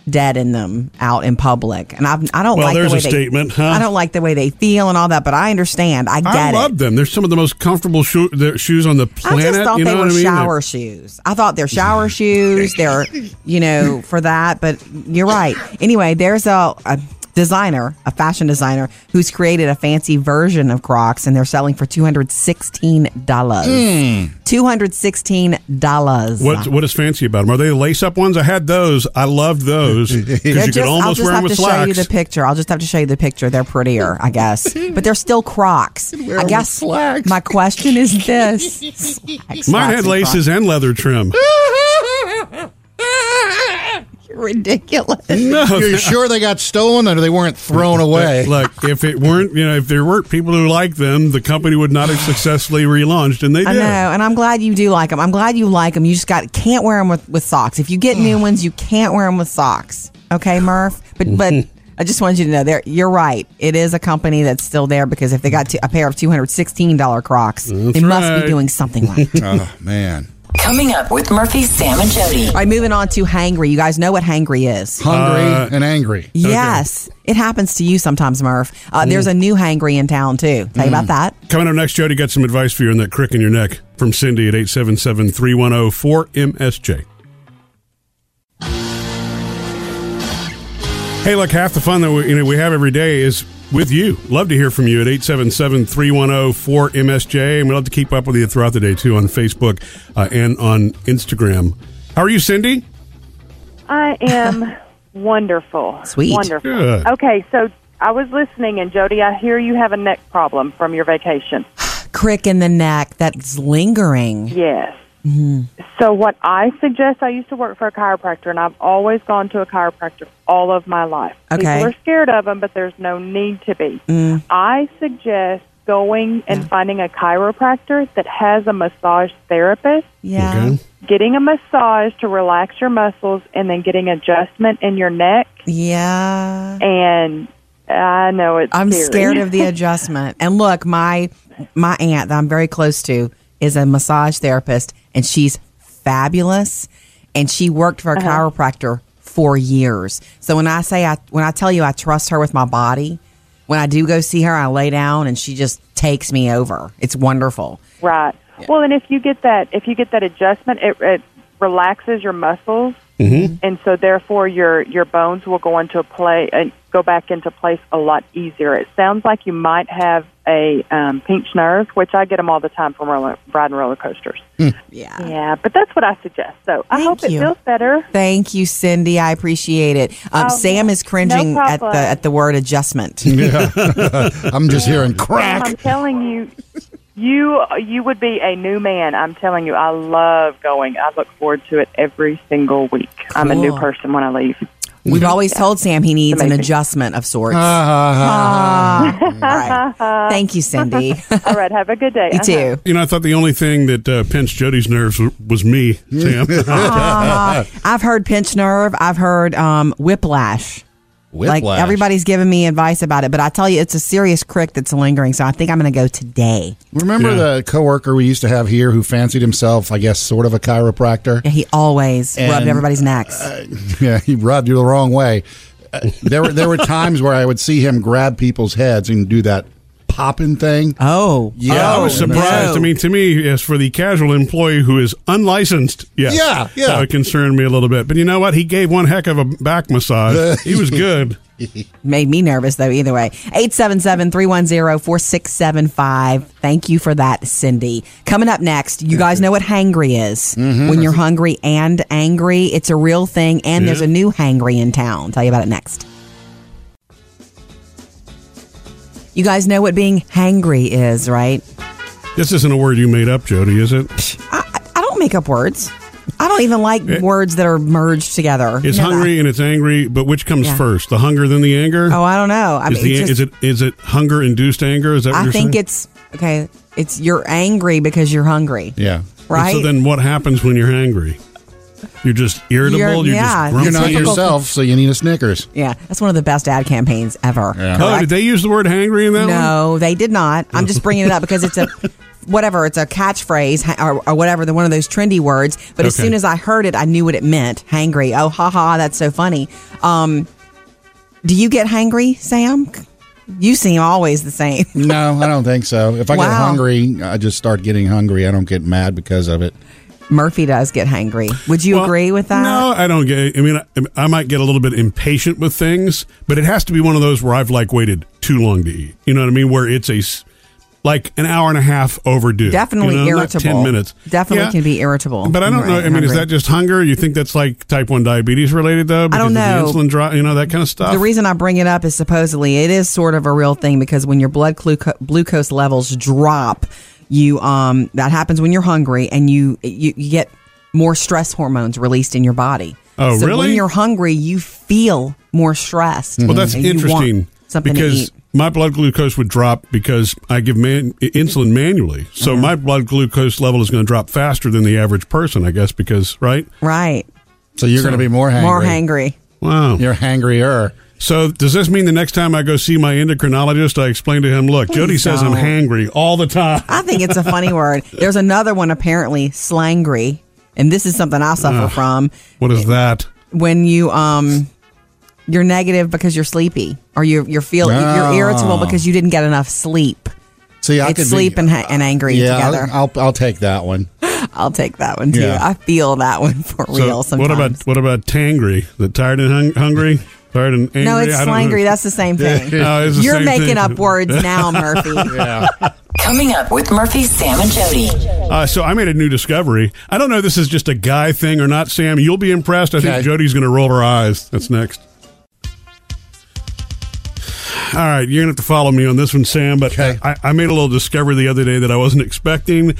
[SPEAKER 3] dead in them out in public. And I, I don't
[SPEAKER 1] Well,
[SPEAKER 3] like
[SPEAKER 1] there's
[SPEAKER 3] the way
[SPEAKER 1] a
[SPEAKER 3] they,
[SPEAKER 1] statement, huh?
[SPEAKER 3] I don't like the way they feel and all that, but I understand. I get
[SPEAKER 1] I
[SPEAKER 3] it.
[SPEAKER 1] love them. They're some of the most comfortable sho- the shoes on the
[SPEAKER 3] I
[SPEAKER 1] planet.
[SPEAKER 3] just thought
[SPEAKER 1] you know
[SPEAKER 3] they
[SPEAKER 1] what
[SPEAKER 3] were
[SPEAKER 1] I mean?
[SPEAKER 3] shower shoes. I thought they're shower shoes. They're, you know, for that. But you're right. Anyway, there's a, a designer, a fashion designer, who's created a fancy version of Crocs, and they're selling for two hundred sixteen dollars. Two hundred sixteen dollars.
[SPEAKER 1] Hmm. What what is fancy about them? Are they the lace up ones? I had those. I loved those because you could
[SPEAKER 3] I'll
[SPEAKER 1] almost
[SPEAKER 3] just
[SPEAKER 1] wear
[SPEAKER 3] have
[SPEAKER 1] them with
[SPEAKER 3] to show you
[SPEAKER 1] slacks.
[SPEAKER 3] the picture. I'll just have to show you the picture. They're prettier, I guess, but they're still Crocs.
[SPEAKER 2] wear
[SPEAKER 3] I
[SPEAKER 2] them
[SPEAKER 3] guess.
[SPEAKER 2] with slacks.
[SPEAKER 3] My question is this: Slacks,
[SPEAKER 1] Mine
[SPEAKER 3] slacks,
[SPEAKER 1] had
[SPEAKER 3] and Crocs.
[SPEAKER 1] laces and leather trim.
[SPEAKER 3] ridiculous.
[SPEAKER 2] You're sure they got stolen or they weren't thrown away?
[SPEAKER 1] Look, if it weren't, you know, if there weren't people who liked them, the company would not have successfully relaunched, and they
[SPEAKER 3] I
[SPEAKER 1] did.
[SPEAKER 3] know, and I'm glad you do like them. I'm glad you like them. You just got can't wear them with, with socks. If you get new ones, you can't wear them with socks. Okay, Murph. But but I just wanted you to know there. You're right. It is a company that's still there because if they got to, a pair of two hundred sixteen dollar Crocs, they must
[SPEAKER 1] right.
[SPEAKER 3] be doing something right.
[SPEAKER 2] oh man.
[SPEAKER 4] Coming up with Murphy, Sam, and Jody.
[SPEAKER 3] All right, moving on to hangry. You guys know what hangry is.
[SPEAKER 2] Hungry
[SPEAKER 1] Uh,
[SPEAKER 2] and angry.
[SPEAKER 3] Yes, it happens to you sometimes, Murph. Uh, There's a new hangry in town too. Tell you about that.
[SPEAKER 1] Coming up next, Jody got some advice for you on that crick in your neck from Cindy at 877 310 4MSJ. Hey, look, half the fun that we, you know, we have every day is with you. Love to hear from you at 877 310 4MSJ. And we love to keep up with you throughout the day, too, on Facebook uh, and on Instagram. How are you, Cindy?
[SPEAKER 8] I am wonderful.
[SPEAKER 3] Sweet.
[SPEAKER 8] Wonderful.
[SPEAKER 1] Good.
[SPEAKER 8] Okay, so I was listening, and Jody, I hear you have a neck problem from your vacation.
[SPEAKER 3] Crick in the neck that's lingering.
[SPEAKER 8] Yes.
[SPEAKER 3] Mm-hmm.
[SPEAKER 8] So, what I suggest, I used to work for a chiropractor, and I've always gone to a chiropractor all of my life.
[SPEAKER 3] Okay. Mm.
[SPEAKER 8] People are scared of them, but there's no need to be. I suggest going and finding a chiropractor that has a massage therapist,
[SPEAKER 3] Yeah.
[SPEAKER 1] Okay.
[SPEAKER 8] getting a massage to relax your muscles, and then getting adjustment in your neck.
[SPEAKER 3] Yeah.
[SPEAKER 8] and I know it's.
[SPEAKER 3] I'm
[SPEAKER 8] scary.
[SPEAKER 3] scared of the adjustment. And look, my my aunt that I'm very close to is a massage therapist and she's fabulous and she worked for a chiropractor for years. So when I say I when I tell you I trust her with my body, when I do go see her, I lay down and she just takes me over. It's wonderful.
[SPEAKER 8] right. Well, and if you get that, if you get that adjustment, it, it relaxes your muscles, and so therefore your your bones will go into a play and go back into place a lot easier. It sounds like you might have a um, pinched nerve, which I get them all the time from roller, riding roller coasters.
[SPEAKER 3] Yeah.
[SPEAKER 8] Yeah, but that's what I suggest. So I
[SPEAKER 3] Thank
[SPEAKER 8] hope
[SPEAKER 3] you.
[SPEAKER 8] it feels better.
[SPEAKER 3] Thank you, Cindy. I appreciate it. Um, Sam is cringing at the
[SPEAKER 8] problem.
[SPEAKER 3] at the word adjustment.
[SPEAKER 2] I'm just hearing
[SPEAKER 8] Sam,
[SPEAKER 3] Um,
[SPEAKER 2] crack.
[SPEAKER 8] I'm telling you, you you would be a new man. I'm telling you, I love going. I look forward to it every single week. I'm a new
[SPEAKER 3] Cool.
[SPEAKER 8] person when I leave.
[SPEAKER 3] We've always told Sam he needs an
[SPEAKER 8] Amazing.
[SPEAKER 3] adjustment of sorts.
[SPEAKER 2] Uh-huh. Ah,
[SPEAKER 3] Ah, all
[SPEAKER 2] Uh-huh.
[SPEAKER 3] right. Thank you, Cindy.
[SPEAKER 8] All right, have a good day.
[SPEAKER 3] you
[SPEAKER 8] Uh-huh.
[SPEAKER 3] too.
[SPEAKER 1] You know, I thought the only thing that uh, pinched Jody's nerves w- was me, Sam.
[SPEAKER 3] Ah, I've heard pinch nerve. I've heard um, whiplash.
[SPEAKER 2] whiplash.
[SPEAKER 3] Like everybody's giving me advice about it, but I tell you, it's a serious crick that's lingering. So I think I'm going to go today.
[SPEAKER 2] Remember
[SPEAKER 1] Yeah.
[SPEAKER 2] the coworker we used to have here who fancied himself, I guess, sort of a chiropractor?
[SPEAKER 3] Yeah, he always rubbed
[SPEAKER 2] And, uh,
[SPEAKER 3] everybody's necks.
[SPEAKER 2] yeah, he rubbed you the wrong way. Uh, there were there were times where I would see him grab people's heads and do that popping thing.
[SPEAKER 3] oh,
[SPEAKER 2] Yeah,
[SPEAKER 1] I was
[SPEAKER 2] Oh, no.
[SPEAKER 1] surprised. I mean, to me, as for the casual employee who is unlicensed, yes,
[SPEAKER 2] Yeah, yeah.
[SPEAKER 1] that would concern me a little bit. But you know what? He gave one heck of a back massage. he was good.
[SPEAKER 3] made me nervous though either way 877-310-4675 thank you for that cindy coming up next you guys know what hangry is
[SPEAKER 1] Mm-hmm.
[SPEAKER 3] when you're hungry and angry it's a real thing and there's
[SPEAKER 1] Yeah.
[SPEAKER 3] a new hangry in town tell you about it next you guys know what being hangry is right
[SPEAKER 1] This isn't a word you made up, Jody, is it?
[SPEAKER 3] i, I don't make up words i don't even like words that are merged together
[SPEAKER 1] It's
[SPEAKER 3] You know
[SPEAKER 1] Eh. hungry
[SPEAKER 3] that.
[SPEAKER 1] and it's angry, but which comes
[SPEAKER 3] Yeah.
[SPEAKER 1] first, the hunger then the anger?
[SPEAKER 3] oh i don't know i
[SPEAKER 1] is, the,
[SPEAKER 3] it's just-
[SPEAKER 1] is it is it hunger induced anger? Is that what
[SPEAKER 3] I
[SPEAKER 1] you're
[SPEAKER 3] think
[SPEAKER 1] saying?
[SPEAKER 3] it's okay. It's you're angry because you're hungry,
[SPEAKER 2] Yeah.
[SPEAKER 3] right?
[SPEAKER 1] So then, what happens when you're angry? You're just irritable.
[SPEAKER 3] You're-
[SPEAKER 1] You're,
[SPEAKER 3] yeah.
[SPEAKER 1] just grumpy.
[SPEAKER 2] You're not
[SPEAKER 3] Typical-
[SPEAKER 2] yourself, so you need a Snickers.
[SPEAKER 3] yeah, that's one of the best ad campaigns ever.
[SPEAKER 2] Yeah.
[SPEAKER 1] Oh, did they use the word hangry in that one?
[SPEAKER 3] No, they did not. I'm just bringing it up because it's a whatever. It's a catchphrase ha- or, or whatever. The one of those trendy words. But as
[SPEAKER 1] Okay.
[SPEAKER 3] soon as I heard it, I knew what it meant. Hangry. Oh, ha ha, that's so funny. Um, do you get hangry, Sam? You seem always the same.
[SPEAKER 2] No, I don't think so. If I get
[SPEAKER 3] Wow.
[SPEAKER 2] hungry, I just start getting hungry. I don't get mad because of it.
[SPEAKER 3] Murphy does get hangry. Would you
[SPEAKER 1] Well,
[SPEAKER 3] agree with that?
[SPEAKER 1] No, I don't get. I mean, I, I might get a little bit impatient with things, but it has to be one of those where I've like waited too long to eat. You know what I mean? Where it's a s- like an hour and a half overdue.
[SPEAKER 3] Definitely
[SPEAKER 1] you know, not
[SPEAKER 3] irritable.
[SPEAKER 1] Ten minutes
[SPEAKER 3] Definitely
[SPEAKER 1] Yeah.
[SPEAKER 3] can be irritable.
[SPEAKER 1] But I don't
[SPEAKER 3] Right,
[SPEAKER 1] know. I mean, is
[SPEAKER 3] hungry.
[SPEAKER 1] that just hunger? You think that's like type one diabetes related though? Because
[SPEAKER 3] don't
[SPEAKER 1] Of the
[SPEAKER 3] know.
[SPEAKER 1] insulin drop, you know that kind of stuff.
[SPEAKER 3] The reason I bring it up is supposedly it is sort of a real thing because when your blood gluco- glucose levels drop, you um that happens when you're hungry and you you, you get more stress hormones released in your body.
[SPEAKER 1] Oh,
[SPEAKER 3] so
[SPEAKER 1] really?
[SPEAKER 3] When you're hungry, you feel more stressed.
[SPEAKER 1] Well, that's
[SPEAKER 3] and you want
[SPEAKER 1] interesting
[SPEAKER 3] something to
[SPEAKER 1] because
[SPEAKER 3] eat.
[SPEAKER 1] my blood glucose would drop because I give man insulin manually, so
[SPEAKER 3] Mm-hmm.
[SPEAKER 1] my blood glucose level is going to drop faster than the average person, I guess. Because right?
[SPEAKER 3] right
[SPEAKER 2] So you're going to be more hangry.
[SPEAKER 3] more hangry.
[SPEAKER 1] Wow.
[SPEAKER 2] You're hangrier.
[SPEAKER 1] So does this mean the next time I go see my endocrinologist, I explain to him, look, Jody says I'm
[SPEAKER 3] don't.
[SPEAKER 1] hangry all the time.
[SPEAKER 3] I think it's a funny word. There's another one apparently slangry. and this is something I suffer
[SPEAKER 1] Ugh.
[SPEAKER 3] from
[SPEAKER 1] What is that?
[SPEAKER 3] when you um you're negative because you're sleepy or you you're feeling
[SPEAKER 2] Ah.
[SPEAKER 3] you're irritable because you didn't get enough sleep.
[SPEAKER 2] See, I
[SPEAKER 3] it's
[SPEAKER 2] could
[SPEAKER 3] sleep
[SPEAKER 2] be, uh,
[SPEAKER 3] and ha- and angry
[SPEAKER 2] yeah, I'll-
[SPEAKER 3] together.
[SPEAKER 2] I'll, I'll take that one.
[SPEAKER 3] I'll take that one too.
[SPEAKER 2] Yeah.
[SPEAKER 3] I feel that one for
[SPEAKER 1] So
[SPEAKER 3] real sometimes.
[SPEAKER 1] What about what about tangry? The tired and hung- hungry, tired and angry.
[SPEAKER 3] no, it's
[SPEAKER 1] I don't know.
[SPEAKER 3] slangry. That's the same thing.
[SPEAKER 1] Oh, it's the
[SPEAKER 3] You're
[SPEAKER 1] same
[SPEAKER 3] making
[SPEAKER 1] thing.
[SPEAKER 3] up words now, Murphy.
[SPEAKER 4] Coming up with Murphy, Sam, and Jody.
[SPEAKER 1] Uh, so I made a new discovery. I don't know if this is just a guy thing or not, Sam. You'll be impressed. I
[SPEAKER 2] Okay.
[SPEAKER 1] think Jody's going to roll her eyes. That's next. All right, you're going to have to follow me on this one, Sam. But
[SPEAKER 2] Okay.
[SPEAKER 1] I, I made a little discovery the other day that I wasn't expecting.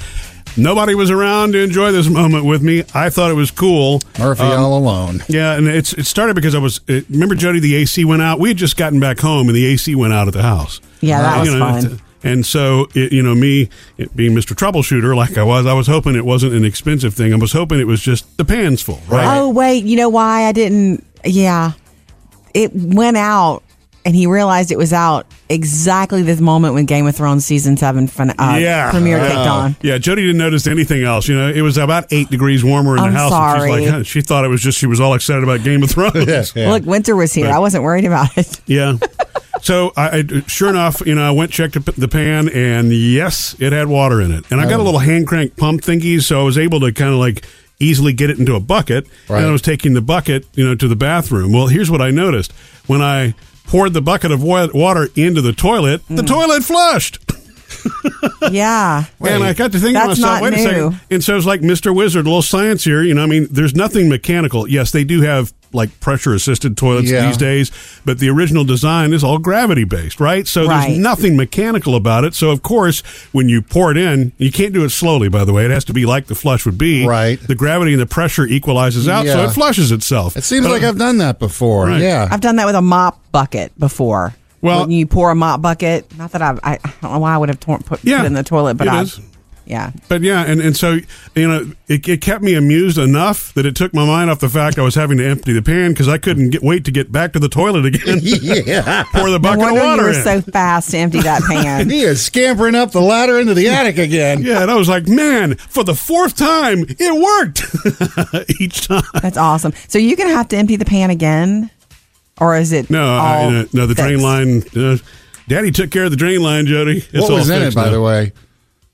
[SPEAKER 1] Nobody was around to enjoy this moment with me. I thought it was cool.
[SPEAKER 2] Murphy
[SPEAKER 1] Um,
[SPEAKER 2] all alone.
[SPEAKER 1] Yeah, and it's it started because I was it, remember Jody the AC went out. We had just gotten back home and the AC went out at the house.
[SPEAKER 3] Yeah, that was
[SPEAKER 1] you know,
[SPEAKER 3] fun.
[SPEAKER 1] And so it, you know me it being Mr. Troubleshooter like I was, I was hoping it wasn't an expensive thing. I was hoping it was just the pan's full, right?
[SPEAKER 3] Oh wait, you know why I didn't? Yeah, it went out, and he realized it was out exactly this moment when Game of Thrones season seven fin- uh,
[SPEAKER 1] Yeah.
[SPEAKER 3] premiere kicked
[SPEAKER 1] Yeah.
[SPEAKER 3] on.
[SPEAKER 1] Yeah, Jody didn't notice anything else. You know, it was about eight degrees warmer in
[SPEAKER 3] I'm
[SPEAKER 1] the house. and she's
[SPEAKER 3] sorry.
[SPEAKER 1] like, huh, she thought it was just she was all excited about Game of Thrones.
[SPEAKER 2] Yeah.
[SPEAKER 3] Look, winter was here. I wasn't worried about it.
[SPEAKER 1] Yeah. so I, I sure enough, you know, I went checked the p- the pan, and yes, it had water in it. And I got a little hand crank pump thingies, so I was able to kind of like easily get it into a bucket.
[SPEAKER 2] Right.
[SPEAKER 1] And I was taking the bucket, you know, to the bathroom. Well, here's what I noticed when I poured the bucket of wa- water into the toilet, the toilet flushed.
[SPEAKER 3] Yeah,
[SPEAKER 1] And I got to thinking to
[SPEAKER 3] That's
[SPEAKER 1] myself,
[SPEAKER 3] not
[SPEAKER 1] wait a
[SPEAKER 3] new.
[SPEAKER 1] second. And so it's like Mr. Wizard, a little science here. You know, I mean, there's nothing mechanical. Yes, they do have like pressure assisted toilets
[SPEAKER 2] Yeah.
[SPEAKER 1] these days, but the original design is all gravity based, right? So
[SPEAKER 3] Right.
[SPEAKER 1] there's nothing mechanical about it. So, of course, when you pour it in, you can't do it slowly, by the way. It has to be like the flush would be.
[SPEAKER 2] Right.
[SPEAKER 1] The gravity and the pressure equalizes out, so
[SPEAKER 2] Yeah.
[SPEAKER 1] it flushes itself.
[SPEAKER 2] It seems
[SPEAKER 1] But
[SPEAKER 2] like I've done that before.
[SPEAKER 1] Right.
[SPEAKER 2] Yeah.
[SPEAKER 3] I've done that with a mop bucket before.
[SPEAKER 1] Well-
[SPEAKER 3] when you pour a mop bucket, not that I've, I, I don't know why I would have torn, put,
[SPEAKER 1] Yeah,
[SPEAKER 3] put it in the toilet, but
[SPEAKER 1] it
[SPEAKER 3] I,
[SPEAKER 1] is.
[SPEAKER 3] yeah,
[SPEAKER 1] But yeah, and, and so, you know, it, it kept me amused enough that it took my mind off the fact I was having to empty the pan because I couldn't get, wait to get back to the toilet again.
[SPEAKER 2] yeah.
[SPEAKER 1] pour the bucket
[SPEAKER 3] no
[SPEAKER 1] of
[SPEAKER 3] wonder you
[SPEAKER 1] water
[SPEAKER 3] were
[SPEAKER 1] in.
[SPEAKER 3] so fast to empty that pan.
[SPEAKER 2] He is scampering up the ladder into the attic again.
[SPEAKER 1] yeah, and I was like, man, for the fourth time, it worked each time.
[SPEAKER 3] That's awesome. So you're gonna have to empty the pan again, or is it
[SPEAKER 1] No, uh, I,
[SPEAKER 3] all
[SPEAKER 1] no, no, the drain
[SPEAKER 3] fixed?
[SPEAKER 1] line. Uh, Daddy took care of the drain line, Jody. It's
[SPEAKER 2] what
[SPEAKER 1] all
[SPEAKER 2] was in it,
[SPEAKER 1] fixed
[SPEAKER 2] by
[SPEAKER 1] now.
[SPEAKER 2] the way?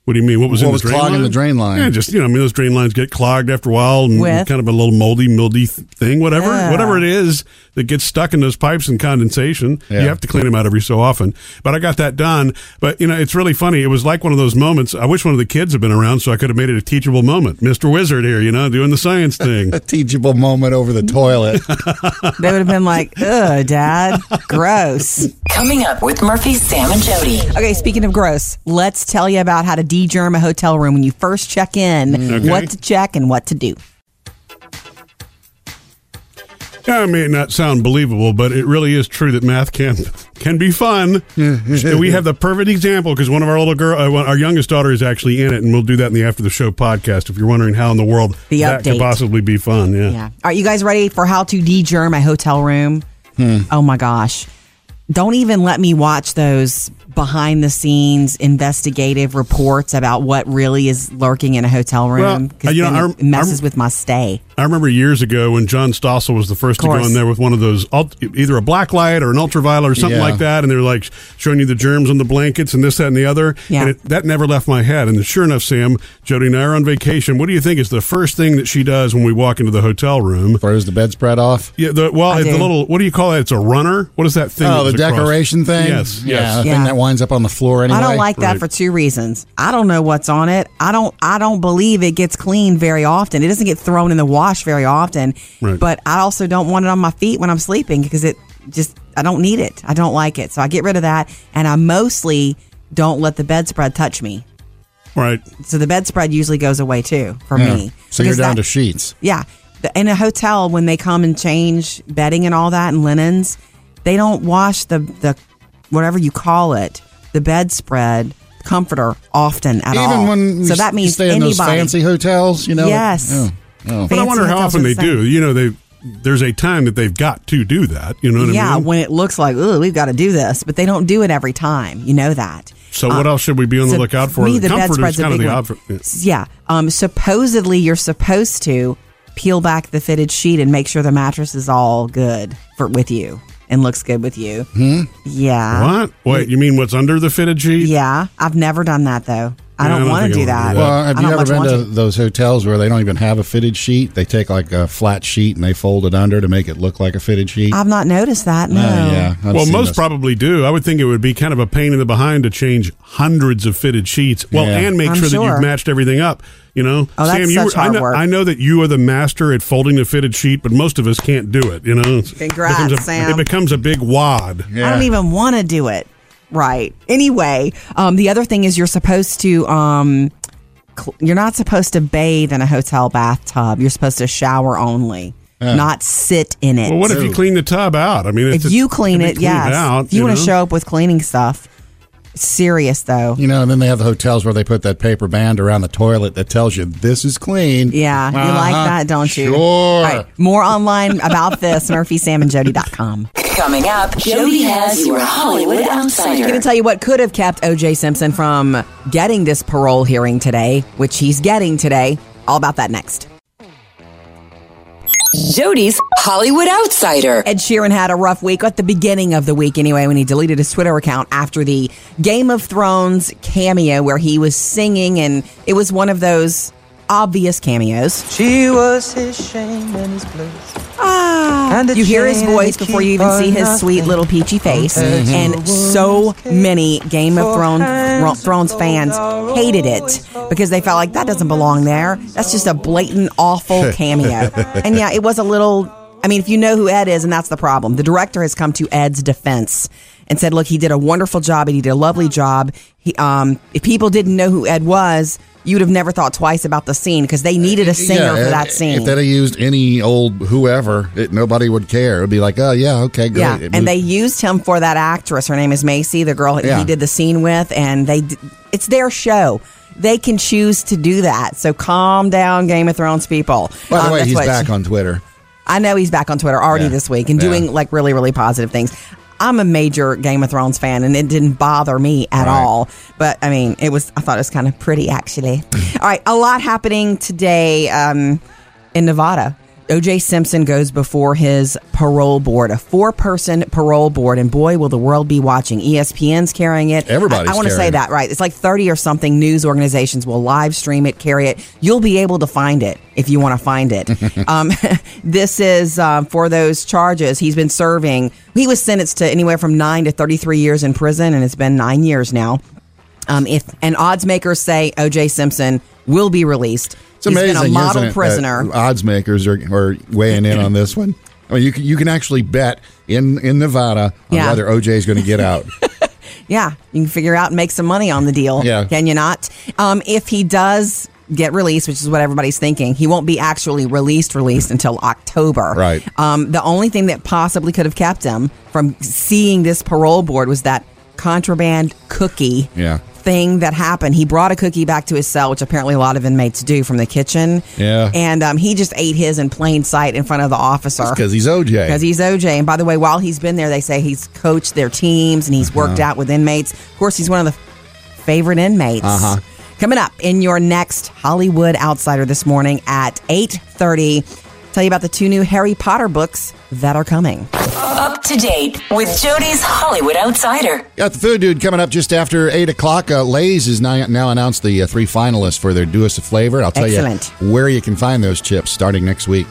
[SPEAKER 1] What do you mean? What was
[SPEAKER 2] What
[SPEAKER 1] in
[SPEAKER 2] was
[SPEAKER 1] the drain
[SPEAKER 2] clogging
[SPEAKER 1] line?
[SPEAKER 2] the drain line?
[SPEAKER 1] Yeah, just you know, I mean, those drain lines get clogged after a while, and
[SPEAKER 3] With?
[SPEAKER 1] kind of a little moldy, mildy th- thing, whatever,
[SPEAKER 3] Yeah.
[SPEAKER 1] whatever it is that gets stuck in those pipes and condensation.
[SPEAKER 2] Yeah.
[SPEAKER 1] You have to clean them out every so often. But I got that done. But you know, it's really funny. It was like one of those moments. I wish one of the kids had been around so I could have made it a teachable moment. Mister Wizard here, you know, doing the science thing.
[SPEAKER 2] A teachable moment over the toilet.
[SPEAKER 3] They would have been like, "Ugh, Dad, gross."
[SPEAKER 4] Coming up with Murphy, Sam, and Jody.
[SPEAKER 3] Okay, speaking of gross, let's tell you about how to de-germ a hotel room when you first check in.
[SPEAKER 1] Mm, Okay.
[SPEAKER 3] What to check and what to do.
[SPEAKER 1] I may not sound believable, but it really is true that math can can be fun. we have the perfect example because one of our little girl, uh, one- our youngest daughter, is actually in it, and we'll do that in the after the show podcast. If you're wondering how in the world
[SPEAKER 3] The
[SPEAKER 1] that
[SPEAKER 3] update.
[SPEAKER 1] could possibly be fun, yeah.
[SPEAKER 3] Yeah. All right, you guys ready for how to de-germ a hotel room?
[SPEAKER 1] Hmm.
[SPEAKER 3] Oh my gosh. Don't even let me watch those behind the scenes investigative reports about what really is lurking in a hotel room
[SPEAKER 1] Well, uh, you know,
[SPEAKER 3] then
[SPEAKER 1] I rem-
[SPEAKER 3] it messes
[SPEAKER 1] I rem-
[SPEAKER 3] with my stay.
[SPEAKER 1] I remember years ago when John Stossel was the first to go
[SPEAKER 3] Course.
[SPEAKER 1] in there with one of those, ult- either a black light or an ultraviolet or something
[SPEAKER 2] Yeah.
[SPEAKER 1] like that, and they were like showing you the germs on the blankets and this, that, and the other.
[SPEAKER 3] Yeah.
[SPEAKER 1] And it, that never left my head. And sure enough, Sam, Jody and I are on vacation. What do you think is the first thing that she does when we walk into the hotel room?
[SPEAKER 2] Throws the bedspread off.
[SPEAKER 1] Yeah, the, well,
[SPEAKER 3] I
[SPEAKER 1] it's the
[SPEAKER 3] do.
[SPEAKER 1] little what do you call that? It's a runner. What is that thing? that
[SPEAKER 2] Oh, the
[SPEAKER 1] was across-
[SPEAKER 2] decoration thing?
[SPEAKER 1] Yes,
[SPEAKER 2] Yeah,
[SPEAKER 1] yes.
[SPEAKER 2] the
[SPEAKER 3] Yeah.
[SPEAKER 2] thing that winds up on the floor anyway.
[SPEAKER 3] I don't like that
[SPEAKER 1] Right.
[SPEAKER 3] for two reasons. I don't know what's on it. I don't I don't believe it gets cleaned very often. It doesn't get thrown in the wash very often.
[SPEAKER 1] Right.
[SPEAKER 3] But I also don't want it on my feet when I'm sleeping because it just I don't need it. I don't like it. So I get rid of that and I mostly don't let the bedspread touch me.
[SPEAKER 1] Right.
[SPEAKER 3] So the bedspread usually goes away too for
[SPEAKER 2] Yeah.
[SPEAKER 3] me.
[SPEAKER 2] So you're
[SPEAKER 3] Because
[SPEAKER 2] down
[SPEAKER 3] that-
[SPEAKER 2] to sheets.
[SPEAKER 3] yeah. The- In a hotel, when they come and change bedding and all that and linens, they don't wash the, the whatever you call it, the bedspread, comforter often at
[SPEAKER 2] Even
[SPEAKER 3] all.
[SPEAKER 2] when we
[SPEAKER 3] so that
[SPEAKER 2] s-
[SPEAKER 3] means
[SPEAKER 2] stay in
[SPEAKER 3] anybody.
[SPEAKER 2] those fancy hotels, you know.
[SPEAKER 3] yes.
[SPEAKER 2] Yeah.
[SPEAKER 1] But I
[SPEAKER 3] Fancy
[SPEAKER 1] wonder how
[SPEAKER 3] hotels
[SPEAKER 1] often
[SPEAKER 3] are
[SPEAKER 1] they
[SPEAKER 3] the same.
[SPEAKER 1] do. You know, they there's a time that they've got to do that. You know what
[SPEAKER 3] yeah,
[SPEAKER 1] I mean?
[SPEAKER 3] when it looks like, oh, we've got to do this, but they don't do it every time. You know that.
[SPEAKER 1] so what else should we be on the
[SPEAKER 3] So
[SPEAKER 1] lookout for?
[SPEAKER 3] uh, Me, the
[SPEAKER 1] comfort
[SPEAKER 3] bedspread's
[SPEAKER 1] is kind
[SPEAKER 3] a
[SPEAKER 1] of
[SPEAKER 3] big
[SPEAKER 1] the
[SPEAKER 3] one.
[SPEAKER 1] obvious. yeah.
[SPEAKER 3] Yeah. Um, supposedly, you're supposed to peel back the fitted sheet and make sure the mattress is all good for with you and looks good with you. Hmm? Yeah.
[SPEAKER 1] What? Wait, you mean what's under the fitted sheet?
[SPEAKER 3] Yeah. I've never done that though. I
[SPEAKER 1] Yeah, I
[SPEAKER 3] don't
[SPEAKER 1] don't
[SPEAKER 3] want
[SPEAKER 1] think
[SPEAKER 3] to
[SPEAKER 1] I
[SPEAKER 3] do
[SPEAKER 1] wanna
[SPEAKER 3] that.
[SPEAKER 1] do that.
[SPEAKER 2] Well, have
[SPEAKER 3] I
[SPEAKER 2] you
[SPEAKER 3] don't
[SPEAKER 2] ever
[SPEAKER 3] much
[SPEAKER 2] been
[SPEAKER 3] want
[SPEAKER 2] to
[SPEAKER 3] to.
[SPEAKER 2] those hotels where they don't even have a fitted sheet? They take like a flat sheet and they fold it under to make it look like a fitted sheet.
[SPEAKER 3] I've not noticed that. No.
[SPEAKER 2] Uh, yeah. I've
[SPEAKER 1] well,
[SPEAKER 2] seen
[SPEAKER 1] most
[SPEAKER 2] those.
[SPEAKER 1] probably do. I would think it would be kind of a pain in the behind to change hundreds of fitted sheets. Well,
[SPEAKER 2] Yeah.
[SPEAKER 1] and make
[SPEAKER 3] I'm
[SPEAKER 1] sure, that
[SPEAKER 3] sure.
[SPEAKER 1] you've matched everything up. You know,
[SPEAKER 3] Oh, that's
[SPEAKER 1] Sam, you
[SPEAKER 3] such
[SPEAKER 1] were, I,
[SPEAKER 3] hard
[SPEAKER 1] know,
[SPEAKER 3] work.
[SPEAKER 1] I know that you are the master at folding the fitted sheet, but most of us can't do it. You know, It
[SPEAKER 3] Congrats,
[SPEAKER 1] becomes a,
[SPEAKER 3] Sam.
[SPEAKER 1] It becomes a big wad.
[SPEAKER 3] I don't even want to do it. Right. Anyway, um, the other thing is you're supposed to. Um, cl- you're not supposed to bathe in a hotel bathtub. You're supposed to shower only, not sit in it.
[SPEAKER 1] Well, what if you clean the tub out? I mean, it's,
[SPEAKER 3] if you clean
[SPEAKER 1] can be
[SPEAKER 3] it,
[SPEAKER 1] cleaned
[SPEAKER 3] yes.
[SPEAKER 1] out,
[SPEAKER 3] if you, want to
[SPEAKER 1] know?
[SPEAKER 3] show up with cleaning stuff, serious though.
[SPEAKER 2] You know, and then they have the hotels where they put that paper band around the toilet that tells you this is clean.
[SPEAKER 3] Yeah, you like
[SPEAKER 2] Uh-huh.
[SPEAKER 3] that, don't you?
[SPEAKER 2] Sure.
[SPEAKER 3] All right, more online about this, murphysamandjody.com.
[SPEAKER 4] Coming up, Jody has your Hollywood
[SPEAKER 3] going
[SPEAKER 4] Outsider.
[SPEAKER 3] to tell you what could have kept O.J. Simpson from getting this parole hearing today, which he's getting today. All about that next.
[SPEAKER 4] Jody's Hollywood Outsider.
[SPEAKER 3] Ed Sheeran had a rough week at the beginning of the week, anyway, when he deleted his Twitter account after the Game of Thrones cameo where he was singing, and it was one of those obvious cameos.
[SPEAKER 5] She was his shame and his bliss. And a
[SPEAKER 3] Ah. You hear his
[SPEAKER 5] chain and
[SPEAKER 3] voice
[SPEAKER 5] a
[SPEAKER 3] before
[SPEAKER 5] key
[SPEAKER 3] you even
[SPEAKER 5] for
[SPEAKER 3] see his sweet
[SPEAKER 5] nothing.
[SPEAKER 3] little peachy face, and so many Game of Thrones Thro- Thrones fans hated it because they felt like that doesn't belong there. That's just a blatant awful cameo. and yeah, it was a little. I mean, if you know who Ed is, and that's the problem. The director has come to Ed's defense and said, "Look, he did a wonderful job, and he did a lovely job. He, um, if people didn't know who Ed was." You would have never thought twice about the scene because they needed a singer
[SPEAKER 2] Yeah,
[SPEAKER 3] for that
[SPEAKER 2] if-
[SPEAKER 3] scene.
[SPEAKER 2] If they'd have used any old whoever, it, nobody would care. It'd be like, oh yeah, okay, great.
[SPEAKER 3] Yeah,
[SPEAKER 2] It
[SPEAKER 3] and
[SPEAKER 2] moved-
[SPEAKER 3] they used him for that actress. Her name is Macy, the girl
[SPEAKER 2] Yeah.
[SPEAKER 3] he did the scene with, and they d- it's their show. They can choose to do that. So calm down, Game of Thrones people.
[SPEAKER 2] By the
[SPEAKER 3] Um,
[SPEAKER 2] way,
[SPEAKER 3] that's
[SPEAKER 2] he's
[SPEAKER 3] what-
[SPEAKER 2] back on Twitter.
[SPEAKER 3] I know he's back on Twitter already
[SPEAKER 2] Yeah.
[SPEAKER 3] this week and
[SPEAKER 2] Yeah.
[SPEAKER 3] doing like really, really positive things. I'm a major Game of Thrones fan, and it didn't bother me at
[SPEAKER 2] Right.
[SPEAKER 3] all. But I mean, it was. I thought it was kind of pretty, actually. all right, a lot happening today um, in Nevada. OJ Simpson goes before his parole board, a four-person parole board, and boy, will the world be watching. E ESPN's carrying it.
[SPEAKER 2] Everybody's
[SPEAKER 3] I, I want to say
[SPEAKER 2] carrying it.
[SPEAKER 3] that right. It's like 30 or something news organizations will live stream it, carry it. You'll be able to find it if you want to find it. um, this is um, for those charges. He's been serving, he was sentenced to anywhere from nine to 33 years in prison, and it's been nine years now. Um, if and odds makers say OJ Simpson will be released.
[SPEAKER 2] It's amazing.
[SPEAKER 3] He's been a model
[SPEAKER 2] isn't it,
[SPEAKER 3] prisoner.
[SPEAKER 2] that odds makers are, are weighing in on this one. I mean, you can, you can actually bet in, in Nevada on
[SPEAKER 3] Yeah.
[SPEAKER 2] whether OJ is going to get out.
[SPEAKER 3] Yeah, you can figure out and make some money on the deal.
[SPEAKER 2] Yeah.
[SPEAKER 3] Can you not? Um, if he does get released, which is what everybody's thinking, he won't be actually released released until October.
[SPEAKER 2] Right.
[SPEAKER 3] Um, the only thing that possibly could have kept him from seeing this parole board was that contraband cookie
[SPEAKER 2] Yeah.
[SPEAKER 3] thing that happened. He brought a cookie back to his cell, which apparently a lot of inmates do from the kitchen.
[SPEAKER 2] Yeah.
[SPEAKER 3] And um, he just ate his in plain sight in front of the officer
[SPEAKER 2] Because he's OJ.
[SPEAKER 3] because he's OJ. And by the way, while he's been there, they say he's coached their teams and he's
[SPEAKER 1] Uh-huh.
[SPEAKER 3] worked out with inmates. Of course, he's one of the favorite inmates.
[SPEAKER 2] Uh-huh.
[SPEAKER 3] Coming up in your next Hollywood Outsider this morning at eight thirty, tell you about the two new Harry Potter books that are coming.
[SPEAKER 4] Up to date with Jody's Hollywood Outsider.
[SPEAKER 2] Got the food dude coming up just after eight o'clock. Uh, Lay's has now, now announced the uh, three finalists for their Do Us a Flavor. I'll tell
[SPEAKER 3] Excellent.
[SPEAKER 2] you where you can find those chips starting next week.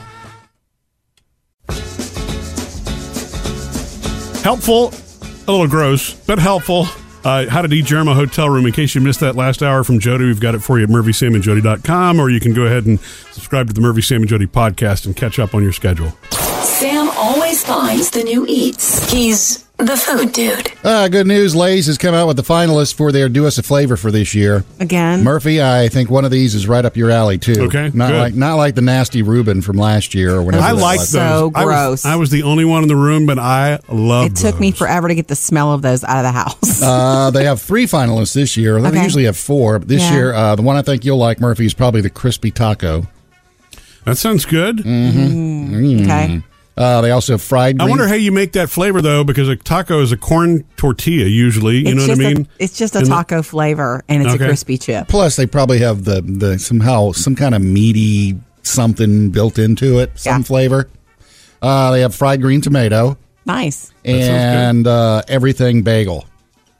[SPEAKER 1] helpful, a little gross, but helpful. Uh, how to degerm a hotel room. In case you missed that last hour from Jody, we've got it for you at murphysamandjody.com, or you can go ahead and subscribe to the Murphy Sam and Jody podcast and catch up on your schedule.
[SPEAKER 4] Sam always finds the new eats. He's the food dude.
[SPEAKER 2] Uh, good news, Lay's has come out with the finalists for their Do Us a Flavor for this year.
[SPEAKER 3] Again,
[SPEAKER 2] Murphy, I think one of these is right up your alley too.
[SPEAKER 1] Okay,
[SPEAKER 2] not
[SPEAKER 1] good.
[SPEAKER 2] like not like the nasty Reuben from last year or whatever.
[SPEAKER 1] I
[SPEAKER 2] that
[SPEAKER 1] like
[SPEAKER 2] was.
[SPEAKER 1] those.
[SPEAKER 3] So
[SPEAKER 1] I was-
[SPEAKER 3] gross.
[SPEAKER 1] I was, the only one in the room, but I love.
[SPEAKER 3] it took me
[SPEAKER 1] those.
[SPEAKER 3] forever to get the smell of those out of the house.
[SPEAKER 2] Uh, they have three finalists this year. They
[SPEAKER 3] Okay.
[SPEAKER 2] usually have four, but this
[SPEAKER 3] Yeah.
[SPEAKER 2] year uh, the one I think you'll like, Murphy, is probably the crispy taco.
[SPEAKER 1] That sounds good.
[SPEAKER 3] Mm-hmm.
[SPEAKER 1] hmm.
[SPEAKER 3] Okay.
[SPEAKER 2] Uh, they also have fried.
[SPEAKER 1] I
[SPEAKER 2] green-
[SPEAKER 1] wonder how you make that flavor though, because a taco is a corn tortilla usually. You know
[SPEAKER 3] it's
[SPEAKER 1] what I
[SPEAKER 3] just
[SPEAKER 1] mean?
[SPEAKER 3] A, it's just a
[SPEAKER 1] And the-
[SPEAKER 3] taco flavor and it's
[SPEAKER 1] Okay.
[SPEAKER 3] a crispy chip.
[SPEAKER 2] Plus, they probably have the the somehow some kind of meaty something built into it, some
[SPEAKER 3] Yeah.
[SPEAKER 2] flavor. Uh, they have fried green tomato
[SPEAKER 3] Nice.
[SPEAKER 1] sounds good.
[SPEAKER 2] and uh, everything bagel.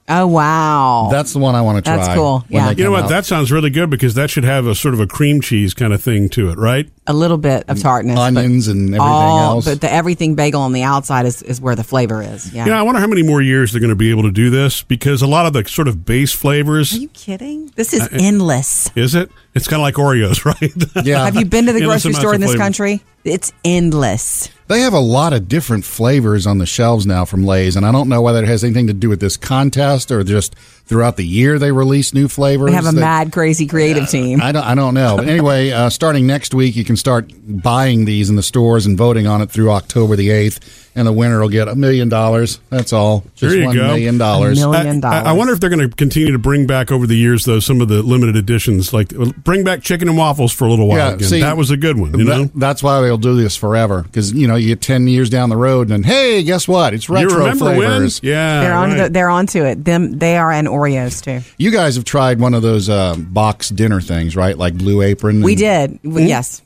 [SPEAKER 3] Oh wow.
[SPEAKER 2] That's the one I want to try.
[SPEAKER 3] That's cool,
[SPEAKER 2] when
[SPEAKER 3] yeah.
[SPEAKER 2] they
[SPEAKER 1] you know
[SPEAKER 2] come
[SPEAKER 1] what?
[SPEAKER 2] out.
[SPEAKER 1] That sounds really good because that should have a sort of a cream cheese kind of thing to it, right?
[SPEAKER 3] a little bit of tartness. but
[SPEAKER 2] onions and everything
[SPEAKER 3] all,
[SPEAKER 2] else.
[SPEAKER 3] Oh, But the everything bagel on the outside is, is where the flavor is. Yeah.
[SPEAKER 1] You know, I wonder how many more years they're going to be able to do this because a lot of the sort of base
[SPEAKER 3] Are
[SPEAKER 1] flavors
[SPEAKER 3] you kidding? This
[SPEAKER 1] Uh,
[SPEAKER 3] is endless.
[SPEAKER 1] is it? It's kind of like Oreos, right?
[SPEAKER 2] yeah,
[SPEAKER 3] Have you been to the
[SPEAKER 1] uh, Endless
[SPEAKER 3] grocery
[SPEAKER 1] amounts
[SPEAKER 3] store
[SPEAKER 1] of
[SPEAKER 3] in this
[SPEAKER 1] flavors.
[SPEAKER 3] country? It's endless.
[SPEAKER 2] They have a lot of different flavors on the shelves now from Lay's, and I don't know whether it has anything to do with this contest or just throughout the year they release new flavors.
[SPEAKER 3] We have a
[SPEAKER 2] that-
[SPEAKER 3] mad, crazy creative team.
[SPEAKER 2] I don't, I don't know. But anyway, uh, starting next week, you can start buying these in the stores and voting on it through October the 8th, and the winner will get a million dollars. That's all. Just
[SPEAKER 1] There you
[SPEAKER 2] one
[SPEAKER 1] go.
[SPEAKER 2] million dollars.
[SPEAKER 3] A mil-
[SPEAKER 1] I,
[SPEAKER 3] Billion
[SPEAKER 1] I- I wonder if they're going to continue to bring back over the years, though, some of the limited editions. Like uh, bring back chicken and waffles for a little while.
[SPEAKER 2] Yeah,
[SPEAKER 1] again.
[SPEAKER 2] see,
[SPEAKER 1] that was a good one. You
[SPEAKER 2] That-
[SPEAKER 1] know,
[SPEAKER 2] that's why they'll do this forever because you know you get ten years down the road and hey, guess what? It's
[SPEAKER 1] you
[SPEAKER 2] retro
[SPEAKER 1] remember
[SPEAKER 2] flavors.
[SPEAKER 1] when? Yeah,
[SPEAKER 3] They're on.
[SPEAKER 1] right.
[SPEAKER 3] The, they're onto it. Them. They are and Oreos too.
[SPEAKER 2] You guys have tried one of those uh, box dinner things, right? Like Blue Apron.
[SPEAKER 3] We
[SPEAKER 2] and-
[SPEAKER 3] did.
[SPEAKER 1] Mm.
[SPEAKER 3] We, yes.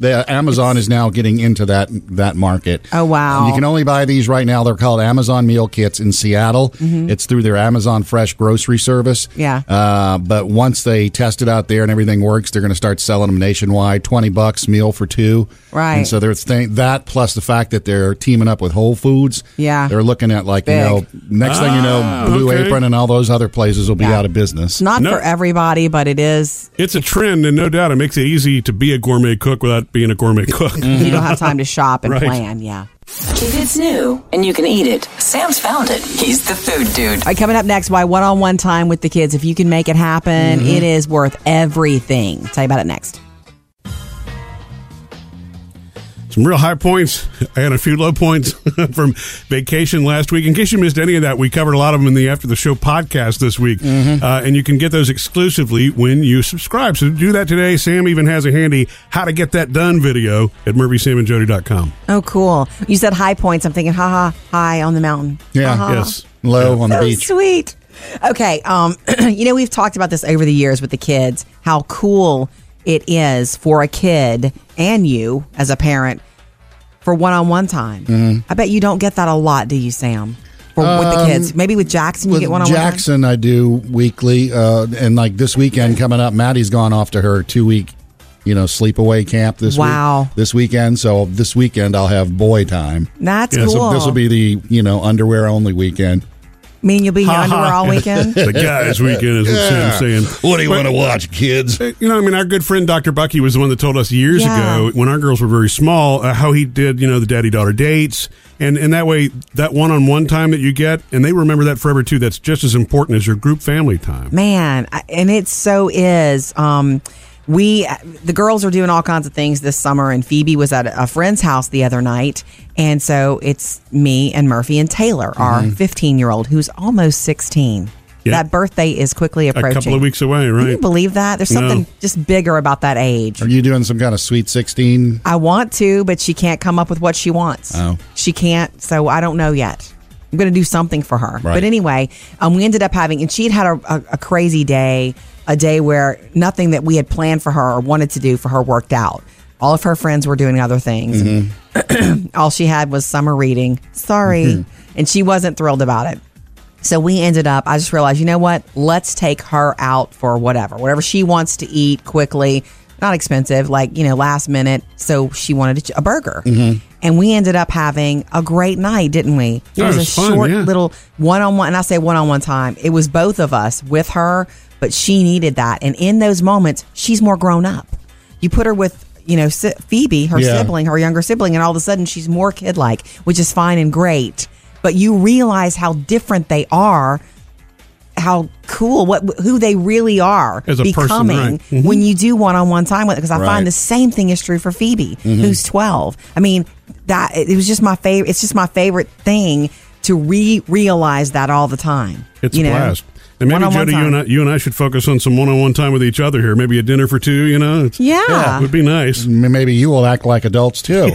[SPEAKER 2] The Amazon is now getting into that that market.
[SPEAKER 3] Oh, wow.
[SPEAKER 2] You can only buy these right now. They're called Amazon meal kits in Seattle. It's through their Amazon Fresh grocery service.
[SPEAKER 3] Mm-hmm. Yeah.
[SPEAKER 2] Uh, but once they test it out there and everything works, they're going to start selling them nationwide. Twenty bucks meal for two.
[SPEAKER 3] Right.
[SPEAKER 2] And so they're th- that plus the fact that they're teaming up with Whole Foods.
[SPEAKER 3] Yeah.
[SPEAKER 2] They're looking at like you
[SPEAKER 3] Big.
[SPEAKER 2] know next thing you know
[SPEAKER 1] Ah,
[SPEAKER 2] Blue
[SPEAKER 1] okay.
[SPEAKER 2] Apron and all those other places will be out of business.
[SPEAKER 3] It's not
[SPEAKER 1] No.
[SPEAKER 3] for everybody, but it is.
[SPEAKER 1] It's a trend, and no doubt it makes it easy to be a gourmet cook without being a gourmet cook.
[SPEAKER 2] Mm-hmm.
[SPEAKER 3] You don't have time to shop and
[SPEAKER 1] Right.
[SPEAKER 3] plan. Yeah.
[SPEAKER 4] If it's new and you can eat it, Sam's found it. He's the food dude.
[SPEAKER 3] All right, coming up next, why one on one time with the kids. If you can make it
[SPEAKER 1] Mm-hmm.
[SPEAKER 3] happen, it is worth everything. Tell you about it next.
[SPEAKER 1] Some real high points and a few low points from vacation last week. In case you missed any of that, we covered a lot of them in the After the Show podcast this week.
[SPEAKER 3] Mm-hmm.
[SPEAKER 1] Uh, and you can get those exclusively when you subscribe. So do that today. Sam even has a handy how to get that done video at murphysamandjody.com.
[SPEAKER 3] Oh, cool. You said high points. I'm thinking, haha, high on the mountain.
[SPEAKER 2] Yeah.
[SPEAKER 3] Haha.
[SPEAKER 1] Yes.
[SPEAKER 2] Low on the
[SPEAKER 3] So
[SPEAKER 2] beach.
[SPEAKER 3] Oh, Sweet. Okay. Um, you know, we've talked about this over the years with the kids, how cool it is for a kid and you as a parent for one on one time.
[SPEAKER 2] Mm-hmm.
[SPEAKER 3] I bet you don't get that a lot, do you, Sam? For, with the kids. Maybe with Jackson,
[SPEAKER 2] Um,
[SPEAKER 3] you
[SPEAKER 2] with
[SPEAKER 3] get one on one.
[SPEAKER 2] Jackson, I do weekly, uh, and like this weekend coming up, Maddie's gone off to her two week, you know, sleepaway camp this week-
[SPEAKER 3] Wow.
[SPEAKER 2] this weekend. So this weekend I'll have boy time.
[SPEAKER 3] That's
[SPEAKER 1] Yeah,
[SPEAKER 3] cool.
[SPEAKER 1] so
[SPEAKER 2] This will be the you know underwear only weekend.
[SPEAKER 3] mean you'll be in your
[SPEAKER 1] Ha ha.
[SPEAKER 3] underwear all weekend?
[SPEAKER 1] The guys' weekend is what Sam's saying.
[SPEAKER 2] What do you want to watch, kids?
[SPEAKER 1] You know, I mean, our good friend Dr. Bucky was the one that told us years
[SPEAKER 3] Yeah.
[SPEAKER 1] ago when our girls were very small uh, how he did, you know, the daddy daughter dates. And, and that way, that one on one time that you get, and they remember that forever too, that's just as important as your group family time.
[SPEAKER 3] man I- and it so is um we the girls are doing all kinds of things this summer and phoebe was at a friend's house the other night and so it's me and murphy and taylor our 15 year old who's almost 16
[SPEAKER 1] Mm-hmm. Yeah.
[SPEAKER 3] that birthday is quickly
[SPEAKER 1] A
[SPEAKER 3] approaching
[SPEAKER 1] couple of weeks away,
[SPEAKER 3] can you
[SPEAKER 1] right?
[SPEAKER 3] believe that there's
[SPEAKER 1] No.
[SPEAKER 3] something just bigger about that age
[SPEAKER 2] Are you doing some kind of sweet sixteen?
[SPEAKER 3] i want to but she can't come up with what she wants
[SPEAKER 2] Oh.
[SPEAKER 3] she can't so i don't know yet i'm gonna do something for her
[SPEAKER 2] Right.
[SPEAKER 3] but anyway um, we ended up having and she had had a, a, a crazy day a day where nothing that we had planned for her or wanted to do for her worked out all of her friends were doing other things
[SPEAKER 2] Mm-hmm.
[SPEAKER 3] all she had was summer reading sorry and she wasn't thrilled about it so we ended up, I just realized, you know what? Let's take her out for whatever, whatever she wants to eat quickly, not expensive, like, you know, last minute. So she wanted a ch- a burger.
[SPEAKER 1] Mm-hmm.
[SPEAKER 3] And we ended up having a great night, didn't we?
[SPEAKER 1] Yeah, it
[SPEAKER 3] a
[SPEAKER 1] was fun,
[SPEAKER 3] short
[SPEAKER 1] yeah.
[SPEAKER 3] little one on one. And I say one on one time. It was both of us with her, but she needed that. And in those moments, she's more grown up. You put her with, you know, si- Phoebe, her
[SPEAKER 2] Yeah.
[SPEAKER 3] sibling, her younger sibling, and all of a sudden she's more kid like, which is fine and great. But you realize how different they are, how cool, what who they really are
[SPEAKER 1] As a person,
[SPEAKER 3] becoming
[SPEAKER 1] right.
[SPEAKER 3] when you do one on one time with. Because I
[SPEAKER 2] Right.
[SPEAKER 3] find the same thing is true for Phoebe, who's twelve. I mean, that it was just my favorite. It's just my favorite thing to re realize that all the time.
[SPEAKER 1] It's
[SPEAKER 3] you
[SPEAKER 1] a
[SPEAKER 3] know?
[SPEAKER 1] blast. And maybe
[SPEAKER 3] One-on-one
[SPEAKER 1] Jody, you
[SPEAKER 3] time.
[SPEAKER 1] and I, you and I should focus on some one-on-one time with each other here. Maybe a dinner for two. You know, It's-
[SPEAKER 3] Yeah.
[SPEAKER 1] it would be nice.
[SPEAKER 2] M- Maybe you will act like adults too.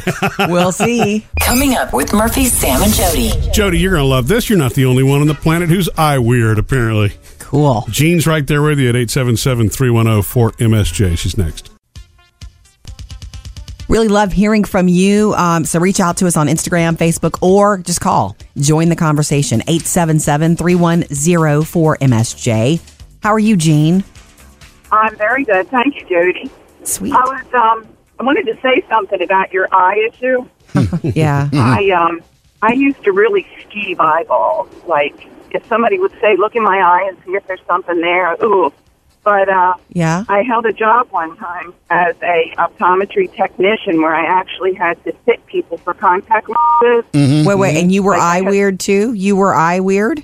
[SPEAKER 3] We'll see.
[SPEAKER 4] Coming up with Murphy, Sam, and Jody.
[SPEAKER 1] Jody, you're gonna love this. You're not the only one on the planet who's eye weird. Apparently,
[SPEAKER 3] Cool.
[SPEAKER 1] Jean's right there with you at 877-310-4MSJ. She's next.
[SPEAKER 3] Really love hearing from you. Um, so reach out to us on Instagram, Facebook, or just call. Join the conversation 877 3104 MSJ. How are you, Gene?
[SPEAKER 9] I'm very good. Thank you, Judy.
[SPEAKER 3] Sweet.
[SPEAKER 9] I was um I wanted to say something about your eye issue.
[SPEAKER 3] Yeah.
[SPEAKER 9] I um I used to really skeeve eyeballs. Like if somebody would say, Look in my eye and see if there's something there, ooh. But uh
[SPEAKER 3] Yeah.
[SPEAKER 9] I held a job one time as a optometry technician where I actually had to fit people for contact lenses.
[SPEAKER 3] Wait, wait. And you were
[SPEAKER 9] Like, I
[SPEAKER 3] eye
[SPEAKER 9] had-
[SPEAKER 3] weird too? You were eye weird?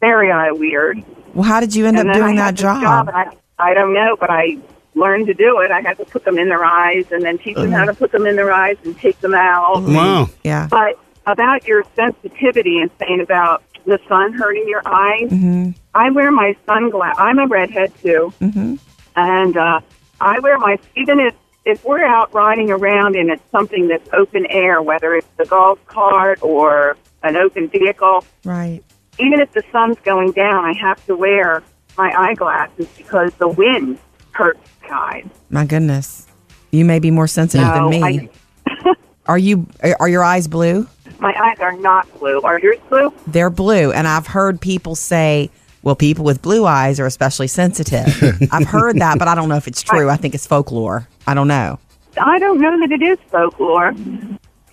[SPEAKER 9] Very eye weird.
[SPEAKER 3] Well, how did you end
[SPEAKER 9] and
[SPEAKER 3] up
[SPEAKER 9] then
[SPEAKER 3] doing
[SPEAKER 9] I
[SPEAKER 3] that
[SPEAKER 9] had this job
[SPEAKER 3] job?
[SPEAKER 9] and I, I don't know, but I learned to do it. I had to put them in their eyes and then teach them how
[SPEAKER 3] Uh-huh.
[SPEAKER 9] to put them in their eyes and take them out.
[SPEAKER 3] Mm-hmm.
[SPEAKER 1] Wow.
[SPEAKER 3] Yeah.
[SPEAKER 9] But about your sensitivity and saying about the sun hurting your eyes,
[SPEAKER 3] Mm-hmm.
[SPEAKER 9] I wear my sunglasses. I'm a redhead too, mm-hmm. and uh, I wear my even if if we're out riding around and it's something that's open air, whether it's the golf cart or an open vehicle,
[SPEAKER 3] Right.
[SPEAKER 9] even if the sun's going down, I have to wear my eyeglasses because the wind hurts my eyes.
[SPEAKER 3] My goodness. You may be more sensitive
[SPEAKER 9] So
[SPEAKER 3] than me.
[SPEAKER 9] I,
[SPEAKER 3] Are you are your eyes blue?
[SPEAKER 9] my eyes are not blue. Are yours blue?
[SPEAKER 3] They're blue and I've heard people say well, people with blue eyes are especially sensitive. I've heard that, but I don't know if it's true. I think it's folklore. I don't know.
[SPEAKER 9] I don't know that it is folklore.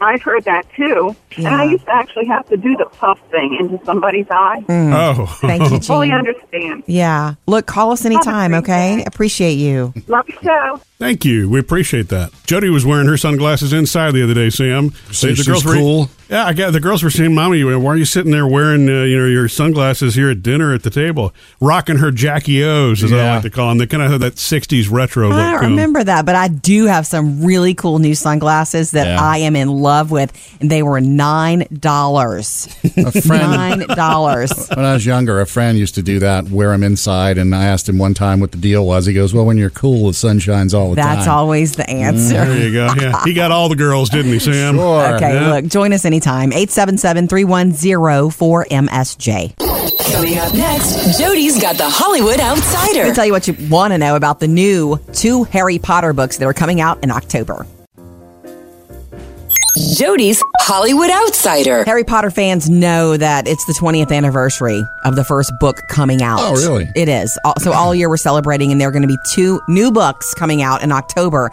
[SPEAKER 9] I've heard that too. And I
[SPEAKER 3] Yeah.
[SPEAKER 9] used to actually have to do the puff thing into somebody's eye.
[SPEAKER 3] Mm.
[SPEAKER 1] Oh,
[SPEAKER 3] Thank you,
[SPEAKER 9] Fully
[SPEAKER 3] Gene.
[SPEAKER 9] understand.
[SPEAKER 3] Yeah. Look, call us anytime,
[SPEAKER 9] great
[SPEAKER 3] okay?
[SPEAKER 9] day.
[SPEAKER 3] Appreciate you.
[SPEAKER 9] Love your show.
[SPEAKER 1] Thank you. We appreciate that. Jody was wearing her sunglasses inside the other day, Sam.
[SPEAKER 2] So
[SPEAKER 1] The
[SPEAKER 2] she's
[SPEAKER 1] were,
[SPEAKER 2] cool?
[SPEAKER 1] Yeah, I got the girls were saying, "Mommy, why are you sitting there wearing uh, you know your sunglasses here at dinner at the table, rocking her Jackie O's as I
[SPEAKER 2] Yeah.
[SPEAKER 1] like to call them? They kind of have that '60s retro look."
[SPEAKER 3] I
[SPEAKER 1] to
[SPEAKER 3] don't
[SPEAKER 1] 'em.
[SPEAKER 3] remember that, but I do have some really cool new sunglasses that
[SPEAKER 2] Yeah.
[SPEAKER 3] I am in love with, and they were nine dollars.
[SPEAKER 2] A friend.
[SPEAKER 3] Nine dollars.
[SPEAKER 2] When I was younger, a friend used to do that, wear them inside, and I asked him one time what the deal was. He goes, "Well, when you're cool, the sun shines all the
[SPEAKER 3] That's
[SPEAKER 2] time."
[SPEAKER 3] always the answer.
[SPEAKER 1] There you go. Yeah, he got all the girls, didn't he, Sam?
[SPEAKER 2] Sure.
[SPEAKER 3] Okay,
[SPEAKER 1] Yeah.
[SPEAKER 3] look, join us anytime. 877-310-4MSJ.
[SPEAKER 4] Coming up next, Jody's got the Hollywood
[SPEAKER 3] Let me
[SPEAKER 4] Outsider.
[SPEAKER 3] tell you what you want to know about the new two Harry Potter books that are coming out in October.
[SPEAKER 4] Jody's Hollywood Outsider.
[SPEAKER 3] Harry Potter fans know that it's the 20th anniversary of the first book coming out.
[SPEAKER 2] Oh, really?
[SPEAKER 3] It is. All- So all year we're celebrating, and there are going to be two new books coming out in October.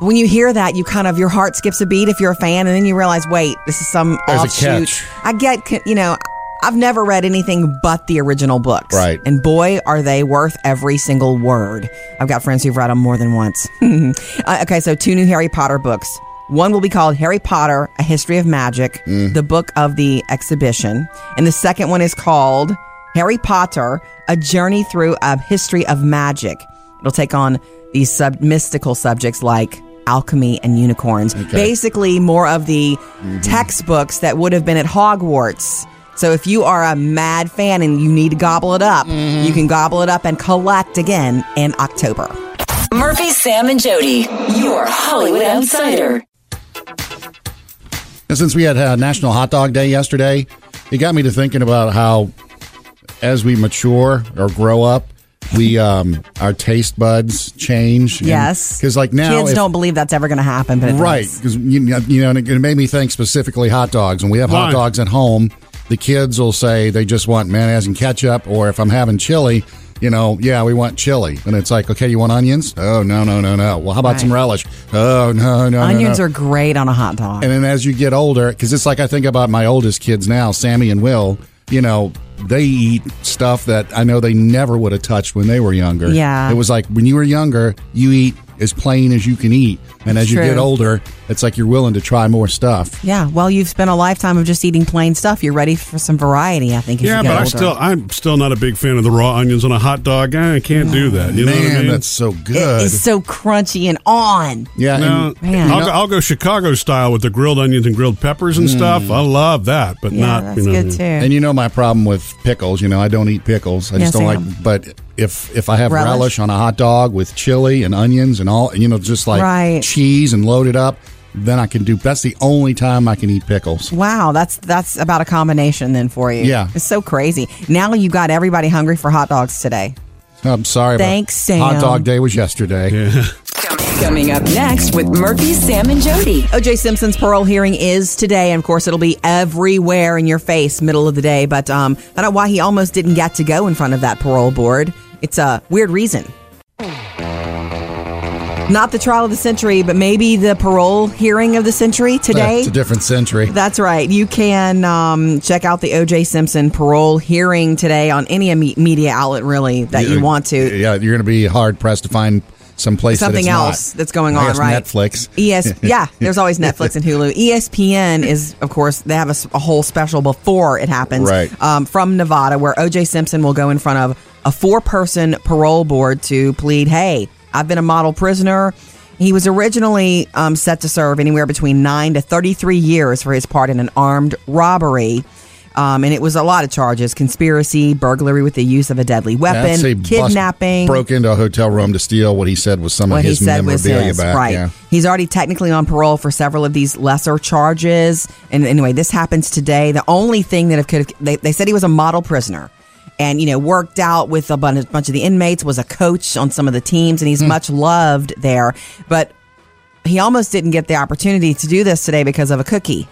[SPEAKER 3] When you hear that, you kind of your heart skips a beat if you're a fan, and then you realize, wait, this is some
[SPEAKER 2] There's a
[SPEAKER 3] offshoot.
[SPEAKER 2] catch.
[SPEAKER 3] I get, c- you know, I've never read anything but the original books,
[SPEAKER 2] Right.
[SPEAKER 3] And boy, are they worth every single word. I've got friends who've read them more than once. Uh, okay, so two new Harry Potter books. One will be called Harry Potter: A History of Magic, the book of the exhibition, and the second one is called Harry Potter: A Journey Through a History of Magic. It'll take on these sub- mystical subjects like alchemy and unicorns. Basically, more of the
[SPEAKER 2] Mm-hmm.
[SPEAKER 3] textbooks that would have been at Hogwarts. So if you are a mad fan and you need to gobble it up,
[SPEAKER 2] Mm-hmm.
[SPEAKER 3] you can gobble it up and collect again in October.
[SPEAKER 4] Murphy, Sam, and Jody. Your Hollywood Outsider.
[SPEAKER 2] And since we had uh, National Hot Dog Day yesterday, it got me to thinking about how, as we mature or grow up, we um, our taste buds change.
[SPEAKER 3] Yes,
[SPEAKER 2] because like now,
[SPEAKER 3] kids
[SPEAKER 2] if-
[SPEAKER 3] don't believe that's ever going to happen. But it
[SPEAKER 2] right?
[SPEAKER 3] does.
[SPEAKER 2] Because you, you know, and it, it made me think specifically hot dogs. When we have
[SPEAKER 1] Why?
[SPEAKER 2] hot dogs at home, the kids will say they just want mayonnaise and ketchup, or if I'm having chili. You know, yeah, we want chili, and it's like, okay, you want onions? Oh no, no, no, no. Well, how about
[SPEAKER 3] Right.
[SPEAKER 2] some relish? Oh no, no,
[SPEAKER 3] onions
[SPEAKER 2] no, no.
[SPEAKER 3] are great on a hot dog.
[SPEAKER 2] And then as you get older, because it's like I think about my oldest kids now, Sammy and Will, you know, they eat stuff that I know they never would have touched when they were younger.
[SPEAKER 3] Yeah.
[SPEAKER 2] It was like when you were younger, you eat as plain as you can eat. And
[SPEAKER 3] That's
[SPEAKER 2] as you
[SPEAKER 3] true.
[SPEAKER 2] get older, it's like you're willing to try more stuff.
[SPEAKER 3] Yeah, well, you've spent a lifetime of just eating plain stuff. You're ready for some variety, I think. As
[SPEAKER 1] Yeah,
[SPEAKER 3] you get
[SPEAKER 1] but I
[SPEAKER 3] older.
[SPEAKER 1] still, I'm still not a big fan of the raw onions on a hot dog. I can't do that. You know what
[SPEAKER 2] Man,
[SPEAKER 1] I mean?
[SPEAKER 2] that's so good.
[SPEAKER 3] it's so crunchy and on.
[SPEAKER 2] yeah,
[SPEAKER 1] no,
[SPEAKER 2] and-
[SPEAKER 3] Man.
[SPEAKER 1] I'll, go- I'll go Chicago style with the grilled onions and grilled peppers and
[SPEAKER 2] Mm.
[SPEAKER 1] stuff. I love that, but
[SPEAKER 3] Yeah,
[SPEAKER 1] not
[SPEAKER 3] that's
[SPEAKER 1] you know.
[SPEAKER 3] good too.
[SPEAKER 2] And you know my problem with pickles. You know I don't eat pickles. I just
[SPEAKER 3] Yes,
[SPEAKER 2] don't
[SPEAKER 3] ma'am.
[SPEAKER 2] like. But if if I have
[SPEAKER 3] Relish?
[SPEAKER 2] relish? on a hot dog with chili and onions and all, you know, just like
[SPEAKER 3] Right.
[SPEAKER 2] cheese and load it up, then I can do. That's the only time I can eat pickles.
[SPEAKER 3] wow, that's that's about a combination then for you.
[SPEAKER 2] Yeah.
[SPEAKER 3] it's so crazy. Now you got everybody hungry for hot dogs today.
[SPEAKER 2] I'm sorry. but
[SPEAKER 3] Thanks, Sam.
[SPEAKER 2] Hot dog day was yesterday.
[SPEAKER 4] Coming up next with Murphy, Sam, and Jody.
[SPEAKER 3] OJ Simpson's parole hearing is today, and of course, it'll be everywhere in your face, middle of the day. But um, I don't know why he almost didn't get to go in front of that parole board. It's a weird reason. Not the trial of the century, but maybe the parole hearing of the century today.
[SPEAKER 2] It's a different century.
[SPEAKER 3] That's right. You can um, check out the OJ Simpson parole hearing today on any me- media outlet, really, that you want to.
[SPEAKER 2] Yeah, you're going to be hard pressed to find someplace that
[SPEAKER 3] Something
[SPEAKER 2] it's not.
[SPEAKER 3] else that's going
[SPEAKER 2] I
[SPEAKER 3] on,
[SPEAKER 2] guess
[SPEAKER 3] right?
[SPEAKER 2] Netflix.
[SPEAKER 3] ES, E yeah, there's always Netflix and Hulu. E ESPN is, of course, they have a, s- a whole special before it happens,
[SPEAKER 2] Right.
[SPEAKER 3] Um, from Nevada, where OJ Simpson will go in front of a four-person parole board to plead, "Hey, I've been a model prisoner." He was originally um, set to serve anywhere between nine to thirty-three years for his part in an armed robbery. Um, and it was a lot of charges: conspiracy, burglary with the use of a deadly
[SPEAKER 2] I'd say
[SPEAKER 3] weapon,
[SPEAKER 2] bust-
[SPEAKER 3] kidnapping,
[SPEAKER 2] broke into a hotel room to steal what he said was some
[SPEAKER 3] what
[SPEAKER 2] of his
[SPEAKER 3] he said was
[SPEAKER 2] memorabilia
[SPEAKER 3] his,
[SPEAKER 2] back.
[SPEAKER 3] right.
[SPEAKER 2] Yeah.
[SPEAKER 3] He's already technically on parole for several of these lesser charges. And anyway, this happens today. The only thing that could have, they, they said he was a model prisoner and, you know, worked out with a bunch, bunch of the inmates, was a coach on some of the teams, and
[SPEAKER 2] Hmm.
[SPEAKER 3] he's much loved there. But he almost didn't get the opportunity to do this today because of a cookie.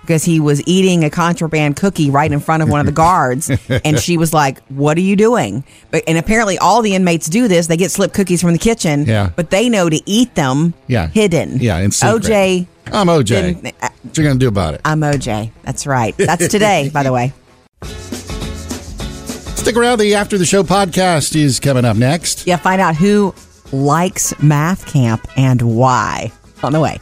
[SPEAKER 3] Because he was eating a contraband cookie right in front of one of the guards, and she was like, "What are you doing?" But and apparently, all the inmates do this. They get slip cookies from the kitchen,
[SPEAKER 2] Yeah.
[SPEAKER 3] but they know to eat them,
[SPEAKER 2] Yeah.
[SPEAKER 3] hidden,
[SPEAKER 2] Yeah, in secret.
[SPEAKER 3] OJ,
[SPEAKER 2] I'm OJ.
[SPEAKER 3] didn't- uh,
[SPEAKER 2] What you going to do about it?
[SPEAKER 3] I'm OJ. That's right. That's today, by the way.
[SPEAKER 2] Stick around. The After the Show podcast is coming up next.
[SPEAKER 3] Yeah, find out who likes math camp and why on the way.